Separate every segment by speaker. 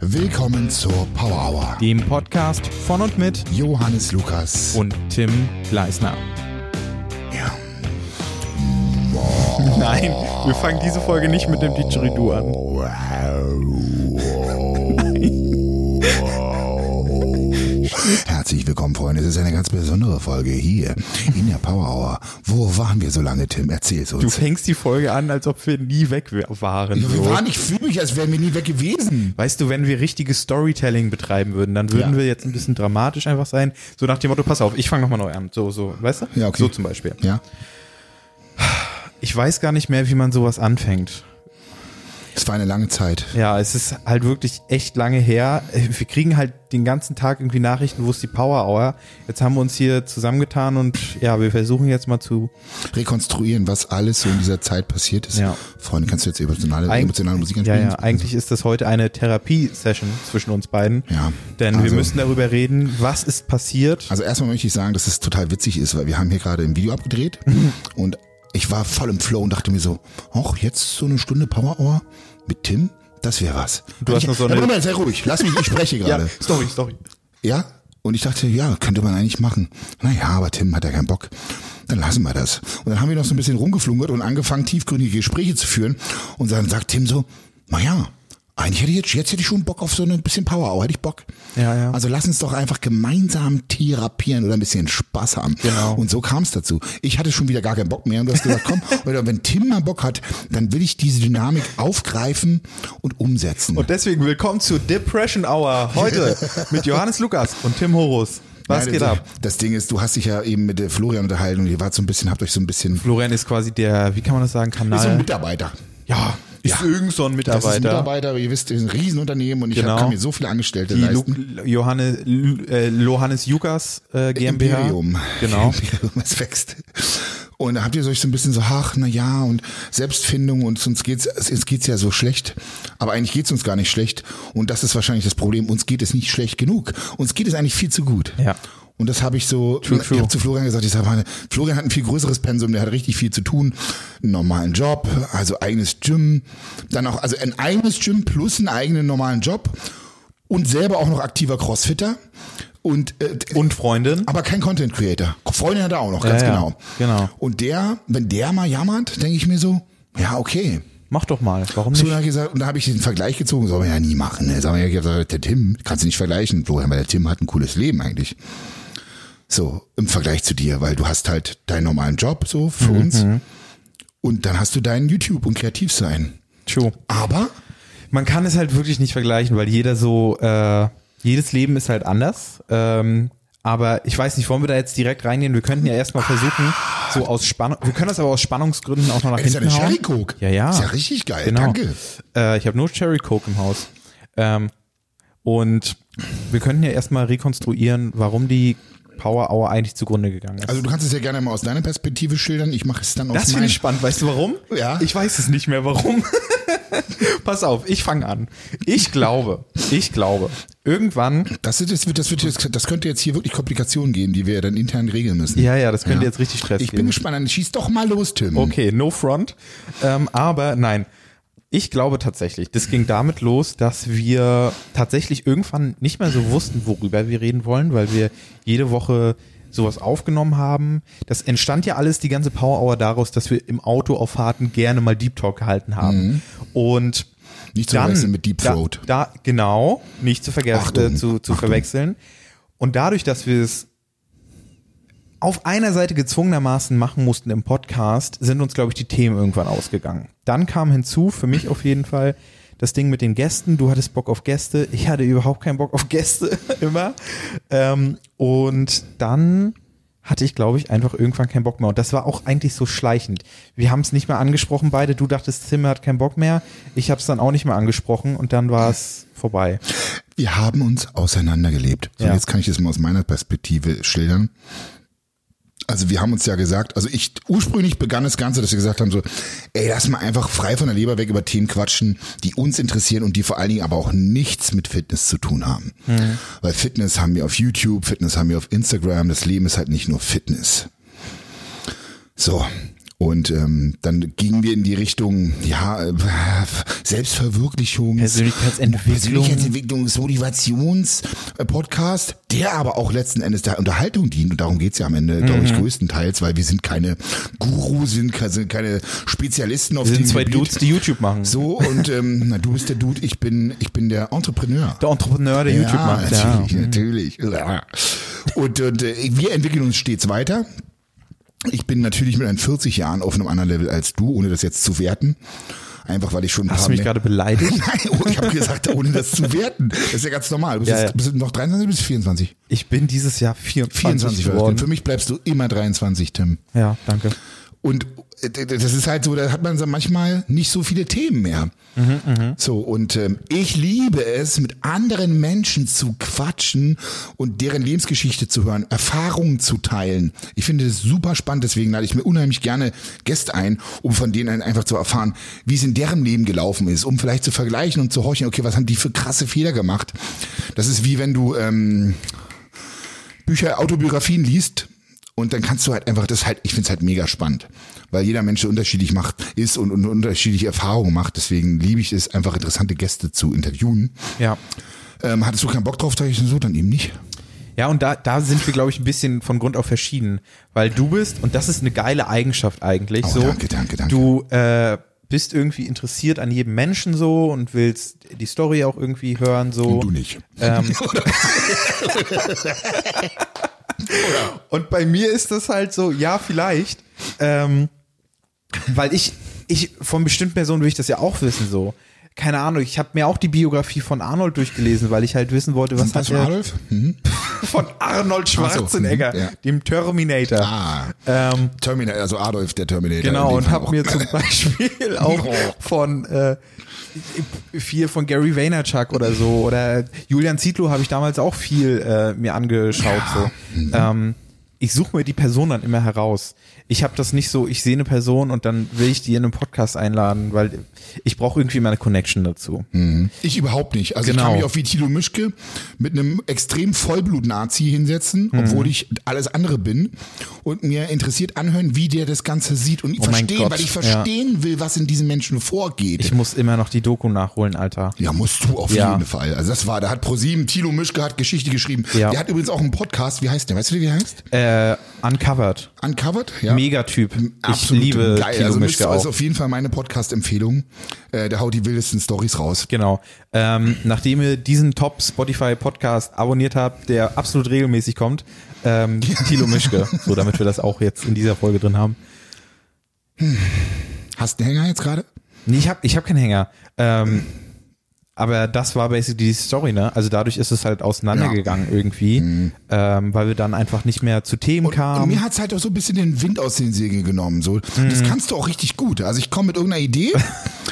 Speaker 1: Willkommen zur Power Hour.
Speaker 2: dem Podcast von und mit
Speaker 1: Johannes Lukas.
Speaker 2: und Tim Gleisner.
Speaker 1: Ja.
Speaker 2: Nein, wir fangen diese Folge nicht mit dem Didgeridoo an.
Speaker 1: Herzlich willkommen, Freunde. Es ist eine ganz besondere Folge hier in der Power Hour. Wo waren wir so lange, Tim? Erzähl's
Speaker 2: Du
Speaker 1: uns.
Speaker 2: fängst die Folge an, als ob wir nie weg w- waren.
Speaker 1: wir
Speaker 2: So.
Speaker 1: waren, ich fühle mich, als wären wir nie weg gewesen.
Speaker 2: Weißt du, wenn wir richtiges Storytelling betreiben würden, dann würden
Speaker 1: Ja.
Speaker 2: wir jetzt ein bisschen dramatisch einfach sein. So nach dem Motto, pass auf, ich fange nochmal neu an. So, so, weißt du?
Speaker 1: Ja, okay.
Speaker 2: So zum Beispiel.
Speaker 1: Ja.
Speaker 2: Ich weiß gar nicht mehr, wie man sowas anfängt.
Speaker 1: Es war eine lange Zeit.
Speaker 2: Ja, es ist halt wirklich echt lange her. Wir kriegen halt den ganzen Tag irgendwie Nachrichten, wo ist die Power Hour? Jetzt haben wir uns hier zusammengetan und ja, wir versuchen jetzt mal zu.
Speaker 1: Rekonstruieren, was alles so in dieser Zeit passiert ist.
Speaker 2: Ja.
Speaker 1: Freunde, kannst du jetzt emotionale,
Speaker 2: Eig-
Speaker 1: emotionale Musik
Speaker 2: Ja,
Speaker 1: anspielen?
Speaker 2: ja, eigentlich ist das heute eine Therapie-Session zwischen uns beiden.
Speaker 1: Ja,
Speaker 2: Denn wir
Speaker 1: also-
Speaker 2: müssen darüber reden, was ist passiert.
Speaker 1: Also erstmal möchte ich sagen, dass es total witzig ist, weil wir haben hier gerade ein Video abgedreht
Speaker 2: Mhm.
Speaker 1: und ich war voll im Flow und dachte mir so, ach, jetzt so eine Stunde Power Hour mit Tim, das wäre was.
Speaker 2: Du hast
Speaker 1: ich,
Speaker 2: noch so
Speaker 1: Ja,
Speaker 2: eine-
Speaker 1: Moment, sei ruhig, lass mich, ich spreche gerade.
Speaker 2: Story, Story.
Speaker 1: ja. Und ich dachte, ja, könnte man eigentlich machen. Naja, aber Tim hat ja keinen Bock. Dann lassen wir das. Und dann haben wir noch so ein bisschen rumgeflunkert und angefangen, tiefgründige Gespräche zu führen. Und dann sagt Tim so, naja, eigentlich hätte ich jetzt, jetzt hätte ich schon Bock auf so ein bisschen Power Hour, hätte ich Bock.
Speaker 2: Ja, ja.
Speaker 1: Also lass uns doch einfach gemeinsam therapieren oder ein bisschen Spaß haben.
Speaker 2: Genau.
Speaker 1: Und so kam es dazu. Ich hatte schon wieder gar keinen Bock mehr um und du hast gesagt, komm, oder wenn Tim mal Bock hat, dann will ich diese Dynamik aufgreifen und umsetzen.
Speaker 2: Und deswegen willkommen zu Depression Hour heute mit Johannes Lukas und Tim Horus. Was
Speaker 1: Nein,
Speaker 2: geht
Speaker 1: das,
Speaker 2: ab?
Speaker 1: Das Ding ist, du hast dich ja eben mit äh, Florian unterhalten und ihr wart so ein bisschen, habt euch so ein bisschen
Speaker 2: Florian ist quasi der, wie kann man das sagen,
Speaker 1: so
Speaker 2: Kanal.
Speaker 1: ein Mitarbeiter.
Speaker 2: ja, ist
Speaker 1: Ja.
Speaker 2: irgend so ein
Speaker 1: Das ist ein
Speaker 2: Mitarbeiter.
Speaker 1: Mitarbeiter, ihr wisst, ist ein Riesenunternehmen und ich
Speaker 2: Genau.
Speaker 1: hab, kann mir so viele Angestellte
Speaker 2: die Lu
Speaker 1: leisten.
Speaker 2: Johannes, Lu- äh, Johannes Jukas äh, GmbH.
Speaker 1: Imperium.
Speaker 2: Genau.
Speaker 1: Imperium, es wächst. Und da habt ihr euch so ein bisschen so, ach, na ja, und Selbstfindung und uns geht's, uns geht's ja so schlecht. Aber eigentlich geht's uns gar nicht schlecht. Und das ist wahrscheinlich das Problem. Uns geht es nicht schlecht genug. Uns geht es eigentlich viel zu gut.
Speaker 2: Ja.
Speaker 1: Und das habe ich so, ich
Speaker 2: true.
Speaker 1: habe zu Florian gesagt, ich sage mal, Florian hat ein viel größeres Pensum, der hat richtig viel zu tun, einen normalen Job, also eigenes Gym, dann auch, also ein eigenes Gym plus einen eigenen normalen Job und selber auch noch aktiver Crossfitter und äh,
Speaker 2: Und Freundin.
Speaker 1: aber kein Content Creator. Freundin hat er auch noch, ganz
Speaker 2: Ja, ja,
Speaker 1: genau.
Speaker 2: genau.
Speaker 1: Und der, wenn der mal jammert, denke ich mir so, ja, okay.
Speaker 2: Mach doch mal. Warum
Speaker 1: So,
Speaker 2: nicht?
Speaker 1: dann hab ich gesagt, und da habe ich den Vergleich gezogen, soll man ja nie machen. Ne? Sag mal, ich hab gesagt, der Tim, kannst du nicht vergleichen, Florian, weil der Tim hat ein cooles Leben eigentlich. So, im Vergleich zu dir, weil du hast halt deinen normalen Job, so für
Speaker 2: Mhm,
Speaker 1: uns. Und dann hast du deinen YouTube und Kreativsein.
Speaker 2: True.
Speaker 1: Aber
Speaker 2: Man kann es halt wirklich nicht vergleichen, weil jeder so, äh, jedes Leben ist halt anders. Ähm, aber ich weiß nicht, wollen wir da jetzt direkt reingehen? Wir könnten ja erstmal versuchen, so aus Spannung, wir können das aber aus Spannungsgründen auch noch nach
Speaker 1: das ist ja
Speaker 2: hinten
Speaker 1: eine
Speaker 2: hauen.
Speaker 1: Cherry Coke.
Speaker 2: Genau. Ja, ja.
Speaker 1: Ist ja richtig geil.
Speaker 2: Genau.
Speaker 1: Danke.
Speaker 2: Äh, ich habe nur Cherry Coke im Haus. Ähm, und wir könnten ja erstmal rekonstruieren, warum die Power Hour eigentlich zugrunde gegangen ist.
Speaker 1: Also du kannst es ja gerne mal aus deiner Perspektive schildern. Ich mache es dann aus
Speaker 2: Das finde
Speaker 1: meiner.
Speaker 2: ich spannend. Weißt du warum?
Speaker 1: Ja.
Speaker 2: Ich weiß es nicht mehr warum. Pass auf, ich fange an. Ich glaube, ich glaube, irgendwann
Speaker 1: Das, ist, das, wird, das, wird jetzt, das könnte jetzt hier wirklich Komplikationen geben, die wir dann intern regeln müssen.
Speaker 2: Ja, ja, das könnte jetzt richtig Stress
Speaker 1: Ich bin
Speaker 2: geben.
Speaker 1: gespannt, dann schieß doch mal los, Tim.
Speaker 2: okay, no front. Ähm, aber nein, ich glaube tatsächlich, das ging damit los, dass wir tatsächlich irgendwann nicht mehr so wussten, worüber wir reden wollen, weil wir jede Woche sowas aufgenommen haben. Das entstand ja alles, die ganze Power Hour daraus, dass wir im Auto auf Fahrten gerne mal Deep Talk gehalten haben. Und
Speaker 1: Nicht zu verwechseln mit Deep Throat.
Speaker 2: Da, da, genau, nicht zu, vergessen,
Speaker 1: Achtung,
Speaker 2: äh, zu, zu verwechseln. Und dadurch, dass wir es auf einer Seite gezwungenermaßen machen mussten im Podcast, sind uns, glaube ich, die Themen irgendwann ausgegangen. Dann kam hinzu, für mich auf jeden Fall, das Ding mit den Gästen. Du hattest Bock auf Gäste. Ich hatte überhaupt keinen Bock auf Gäste immer. Ähm, und dann hatte ich, glaube ich, einfach irgendwann keinen Bock mehr. Und das war auch eigentlich so schleichend. Wir haben es nicht mehr angesprochen, beide. Du dachtest, Tim hat keinen Bock mehr. Ich habe es dann auch nicht mehr angesprochen und dann war es vorbei.
Speaker 1: Wir haben uns auseinandergelebt. So,
Speaker 2: Ja.
Speaker 1: Jetzt kann ich das mal aus meiner Perspektive schildern. Also wir haben uns ja gesagt, also ich ursprünglich begann das Ganze, dass wir gesagt haben so, ey, lass mal einfach frei von der Leber weg über Themen quatschen, die uns interessieren und die vor allen Dingen aber auch nichts mit Fitness zu tun haben. Weil Fitness haben wir auf YouTube, Fitness haben wir auf Instagram, das Leben ist halt nicht nur Fitness. So. Und ähm, dann gingen wir in die Richtung, ja, äh, Selbstverwirklichung,
Speaker 2: Persönlichkeitsentwicklung.
Speaker 1: Persönlichkeitsentwicklungs-Motivations-Podcast, der aber auch letzten Endes der Unterhaltung dient. Und darum geht's ja am Ende, glaube
Speaker 2: Mhm.
Speaker 1: ich, größtenteils, weil wir sind keine Gurus, sind ke- sind keine Spezialisten auf
Speaker 2: Wir
Speaker 1: dem
Speaker 2: sind zwei
Speaker 1: Gebiet.
Speaker 2: Dudes, die YouTube machen.
Speaker 1: So, und ähm, na, du bist der Dude, ich bin, ich bin der Entrepreneur.
Speaker 2: Der Entrepreneur, der YouTube macht. Ja.
Speaker 1: Natürlich, natürlich. Ja. Und, und äh, wir entwickeln uns stets weiter. Ich bin natürlich mit einem 40 Jahren auf einem anderen Level als du, ohne das jetzt zu werten. Einfach weil ich schon ein
Speaker 2: Hast
Speaker 1: paar
Speaker 2: du mich
Speaker 1: mehr-
Speaker 2: gerade beleidigt?
Speaker 1: Nein, oh, ich habe gesagt, ohne das zu werten. Das ist ja ganz normal. Du bist,
Speaker 2: Ja,
Speaker 1: jetzt,
Speaker 2: ja.
Speaker 1: bist du noch 23 oder bist du 24?
Speaker 2: Ich bin dieses Jahr 24,
Speaker 1: 24 geworden. Für
Speaker 2: geworden.
Speaker 1: mich bleibst du immer 23, Tim.
Speaker 2: Ja, danke.
Speaker 1: Und äh, das ist halt so, da hat man so manchmal nicht so viele Themen mehr. so, und ähm, ich liebe es, mit anderen Menschen zu quatschen und deren Lebensgeschichte zu hören, Erfahrungen zu teilen. Ich finde das super spannend, deswegen lade ich mir unheimlich gerne Gäste ein, um von denen einfach zu erfahren, wie es in deren Leben gelaufen ist, um vielleicht zu vergleichen und zu horchen, okay, was haben die für krasse Fehler gemacht? Das ist wie wenn du ähm, Bücher, Autobiografien liest und dann kannst du halt einfach das halt, ich find's halt mega spannend, weil jeder Mensch so unterschiedlich macht, ist und, und unterschiedliche Erfahrungen macht. Deswegen liebe ich es, einfach interessante Gäste zu interviewen.
Speaker 2: Ja.
Speaker 1: Ähm, hattest du keinen Bock drauf, sag ich so, dann eben nicht.
Speaker 2: Ja, und da, da sind wir, glaube ich, ein bisschen von Grund auf verschieden. Weil du bist, und das ist eine geile Eigenschaft eigentlich,
Speaker 1: Oh,
Speaker 2: so.
Speaker 1: danke, danke, danke.
Speaker 2: Du äh, bist irgendwie interessiert an jedem Menschen so und willst die Story auch irgendwie hören, so.
Speaker 1: Du nicht.
Speaker 2: Und bei mir ist das halt so, ja, vielleicht. Ähm, weil ich, ich, von bestimmten Personen will ich das ja auch wissen, so. Keine Ahnung, ich habe mir auch die Biografie von Arnold durchgelesen, weil ich halt wissen wollte, was
Speaker 1: Was
Speaker 2: hat
Speaker 1: von
Speaker 2: er
Speaker 1: Adolf? Mhm.
Speaker 2: von Arnold Schwarzenegger,
Speaker 1: Ach so, hm, ja.
Speaker 2: dem Terminator.
Speaker 1: Ah,
Speaker 2: Ähm,
Speaker 1: Terminator, also Adolf, der Terminator. in
Speaker 2: Genau,
Speaker 1: dem
Speaker 2: und
Speaker 1: Fall
Speaker 2: habe
Speaker 1: auch.
Speaker 2: mir zum Beispiel auch von äh, viel von Gary Vaynerchuk oder so oder Julian Zietlow habe ich damals auch viel äh, mir angeschaut. So. Ähm, ich suche mir die Person dann immer heraus. Ich habe das nicht so, ich sehe eine Person und dann will ich die in einen Podcast einladen, weil ich brauche irgendwie meine Connection dazu.
Speaker 1: Hm. Ich überhaupt nicht. Also ich
Speaker 2: Genau.
Speaker 1: kann mich auch wie Thilo Mischke mit einem extrem Vollblut-Nazi hinsetzen,
Speaker 2: Mhm.
Speaker 1: obwohl ich alles andere bin und mir interessiert anhören, wie der das Ganze sieht und
Speaker 2: Oh mein
Speaker 1: verstehen,
Speaker 2: Gott,
Speaker 1: weil ich
Speaker 2: ja.
Speaker 1: verstehen will, was in diesem Menschen vorgeht.
Speaker 2: Ich muss immer noch die Doku nachholen, Alter.
Speaker 1: ja, musst du auf
Speaker 2: Ja.
Speaker 1: jeden Fall. Also das war, da hat ProSieben, Thilo Mischke hat Geschichte geschrieben.
Speaker 2: Ja.
Speaker 1: Der hat übrigens auch einen Podcast, wie heißt der? Weißt du, wie der heißt?
Speaker 2: Äh, uncovered.
Speaker 1: Uncovered? Ja.
Speaker 2: Megatyp. Ich
Speaker 1: Absolut
Speaker 2: liebe
Speaker 1: geil.
Speaker 2: Thilo
Speaker 1: also
Speaker 2: Mischke
Speaker 1: Mischke
Speaker 2: auch.
Speaker 1: ist auf jeden Fall meine Podcast-Empfehlung. Äh, der haut die wildesten Stories raus.
Speaker 2: Genau. Ähm, nachdem ihr diesen Top Spotify Podcast abonniert habt, der absolut regelmäßig kommt, ähm, Thilo Mischke. So, damit wir das auch jetzt in dieser Folge drin haben.
Speaker 1: Hast du einen Hänger jetzt gerade?
Speaker 2: Nee, ich habe ich hab keinen Hänger. Ähm, aber das war basically die Story, ne? Also dadurch ist es halt auseinandergegangen irgendwie, ähm, weil wir dann einfach nicht mehr zu Themen
Speaker 1: Und
Speaker 2: kamen.
Speaker 1: mir hat's halt auch so ein bisschen den Wind aus den Segeln genommen. So.
Speaker 2: Mhm.
Speaker 1: Das kannst du auch richtig gut. Also ich komme mit irgendeiner Idee.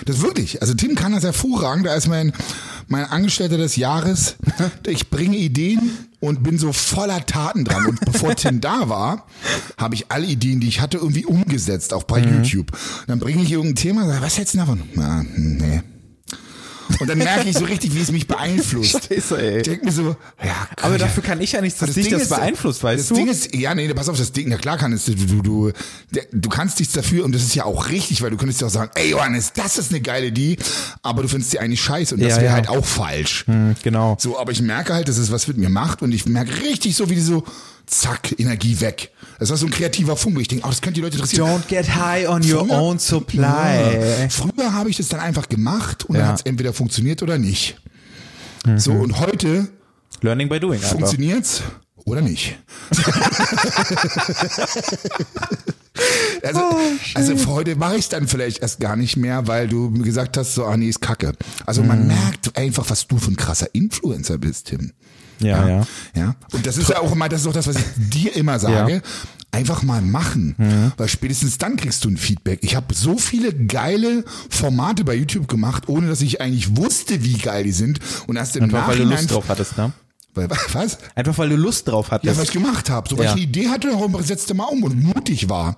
Speaker 1: Das wirklich. Also Tim kann das hervorragend. Er ist mein, mein Angestellter des Jahres. Ich bringe Ideen und bin so voller Taten dran. Und bevor Tim da war, habe ich alle Ideen, die ich hatte, irgendwie umgesetzt, auch bei
Speaker 2: Mhm.
Speaker 1: YouTube. Und dann bringe ich irgendein Thema und sage, was hältst du davon? Na, nee. Und dann merke ich so richtig, wie es mich beeinflusst.
Speaker 2: Scheiße, ey.
Speaker 1: Ich denke mir so, ja,
Speaker 2: aber dafür kann ich ja nichts, dass dich das beeinflusst, weißt
Speaker 1: das
Speaker 2: du?
Speaker 1: Ding ist, ja, nee, pass auf, das Ding, na klar kannst du, du, du, der- du kannst nichts dafür und das ist ja auch richtig, weil du könntest ja auch sagen, ey Johannes, das ist eine geile Idee, aber du findest die eigentlich scheiße und das
Speaker 2: Ja,
Speaker 1: wäre
Speaker 2: ja.
Speaker 1: halt auch falsch.
Speaker 2: Hm, genau.
Speaker 1: So, aber ich merke halt, dass es was mit mir macht und ich merke richtig so, wie die so, zack, Energie weg. Das war so ein kreativer Funke. Ich denke, oh, das könnte die Leute interessieren.
Speaker 2: Don't get high on your
Speaker 1: Früher-
Speaker 2: own supply.
Speaker 1: Ja. Früher habe ich das dann einfach gemacht und dann
Speaker 2: Ja. Mhm.
Speaker 1: hat es entweder funktioniert oder nicht. So, und heute
Speaker 2: Learning by doing. Einfach.
Speaker 1: Funktioniert's oder nicht? also,
Speaker 2: Oh,
Speaker 1: also für heute mache ich dann vielleicht erst gar nicht mehr, weil du mir gesagt hast, so, ah nee, ist kacke. Also man
Speaker 2: Mhm.
Speaker 1: merkt einfach, was du für ein krasser Influencer bist, Tim.
Speaker 2: Ja, ja.
Speaker 1: ja. Und das ist ja auch immer, das ist auch das, was ich dir immer sage.
Speaker 2: Ja. Mhm.
Speaker 1: Einfach mal machen, weil spätestens dann kriegst du ein Feedback. Ich habe so viele geile Formate bei YouTube gemacht, ohne dass ich eigentlich wusste, wie geil die sind. Und erst im
Speaker 2: Einfach weil du
Speaker 1: Nachhinein,
Speaker 2: Lust drauf hattest, ne?
Speaker 1: weil, was?
Speaker 2: Einfach weil du Lust drauf
Speaker 1: ja, was
Speaker 2: hattest.
Speaker 1: ich gemacht habe. So, weil
Speaker 2: Ja. Mhm.
Speaker 1: ich eine Idee hatte, darum setzte mal um und mutig war.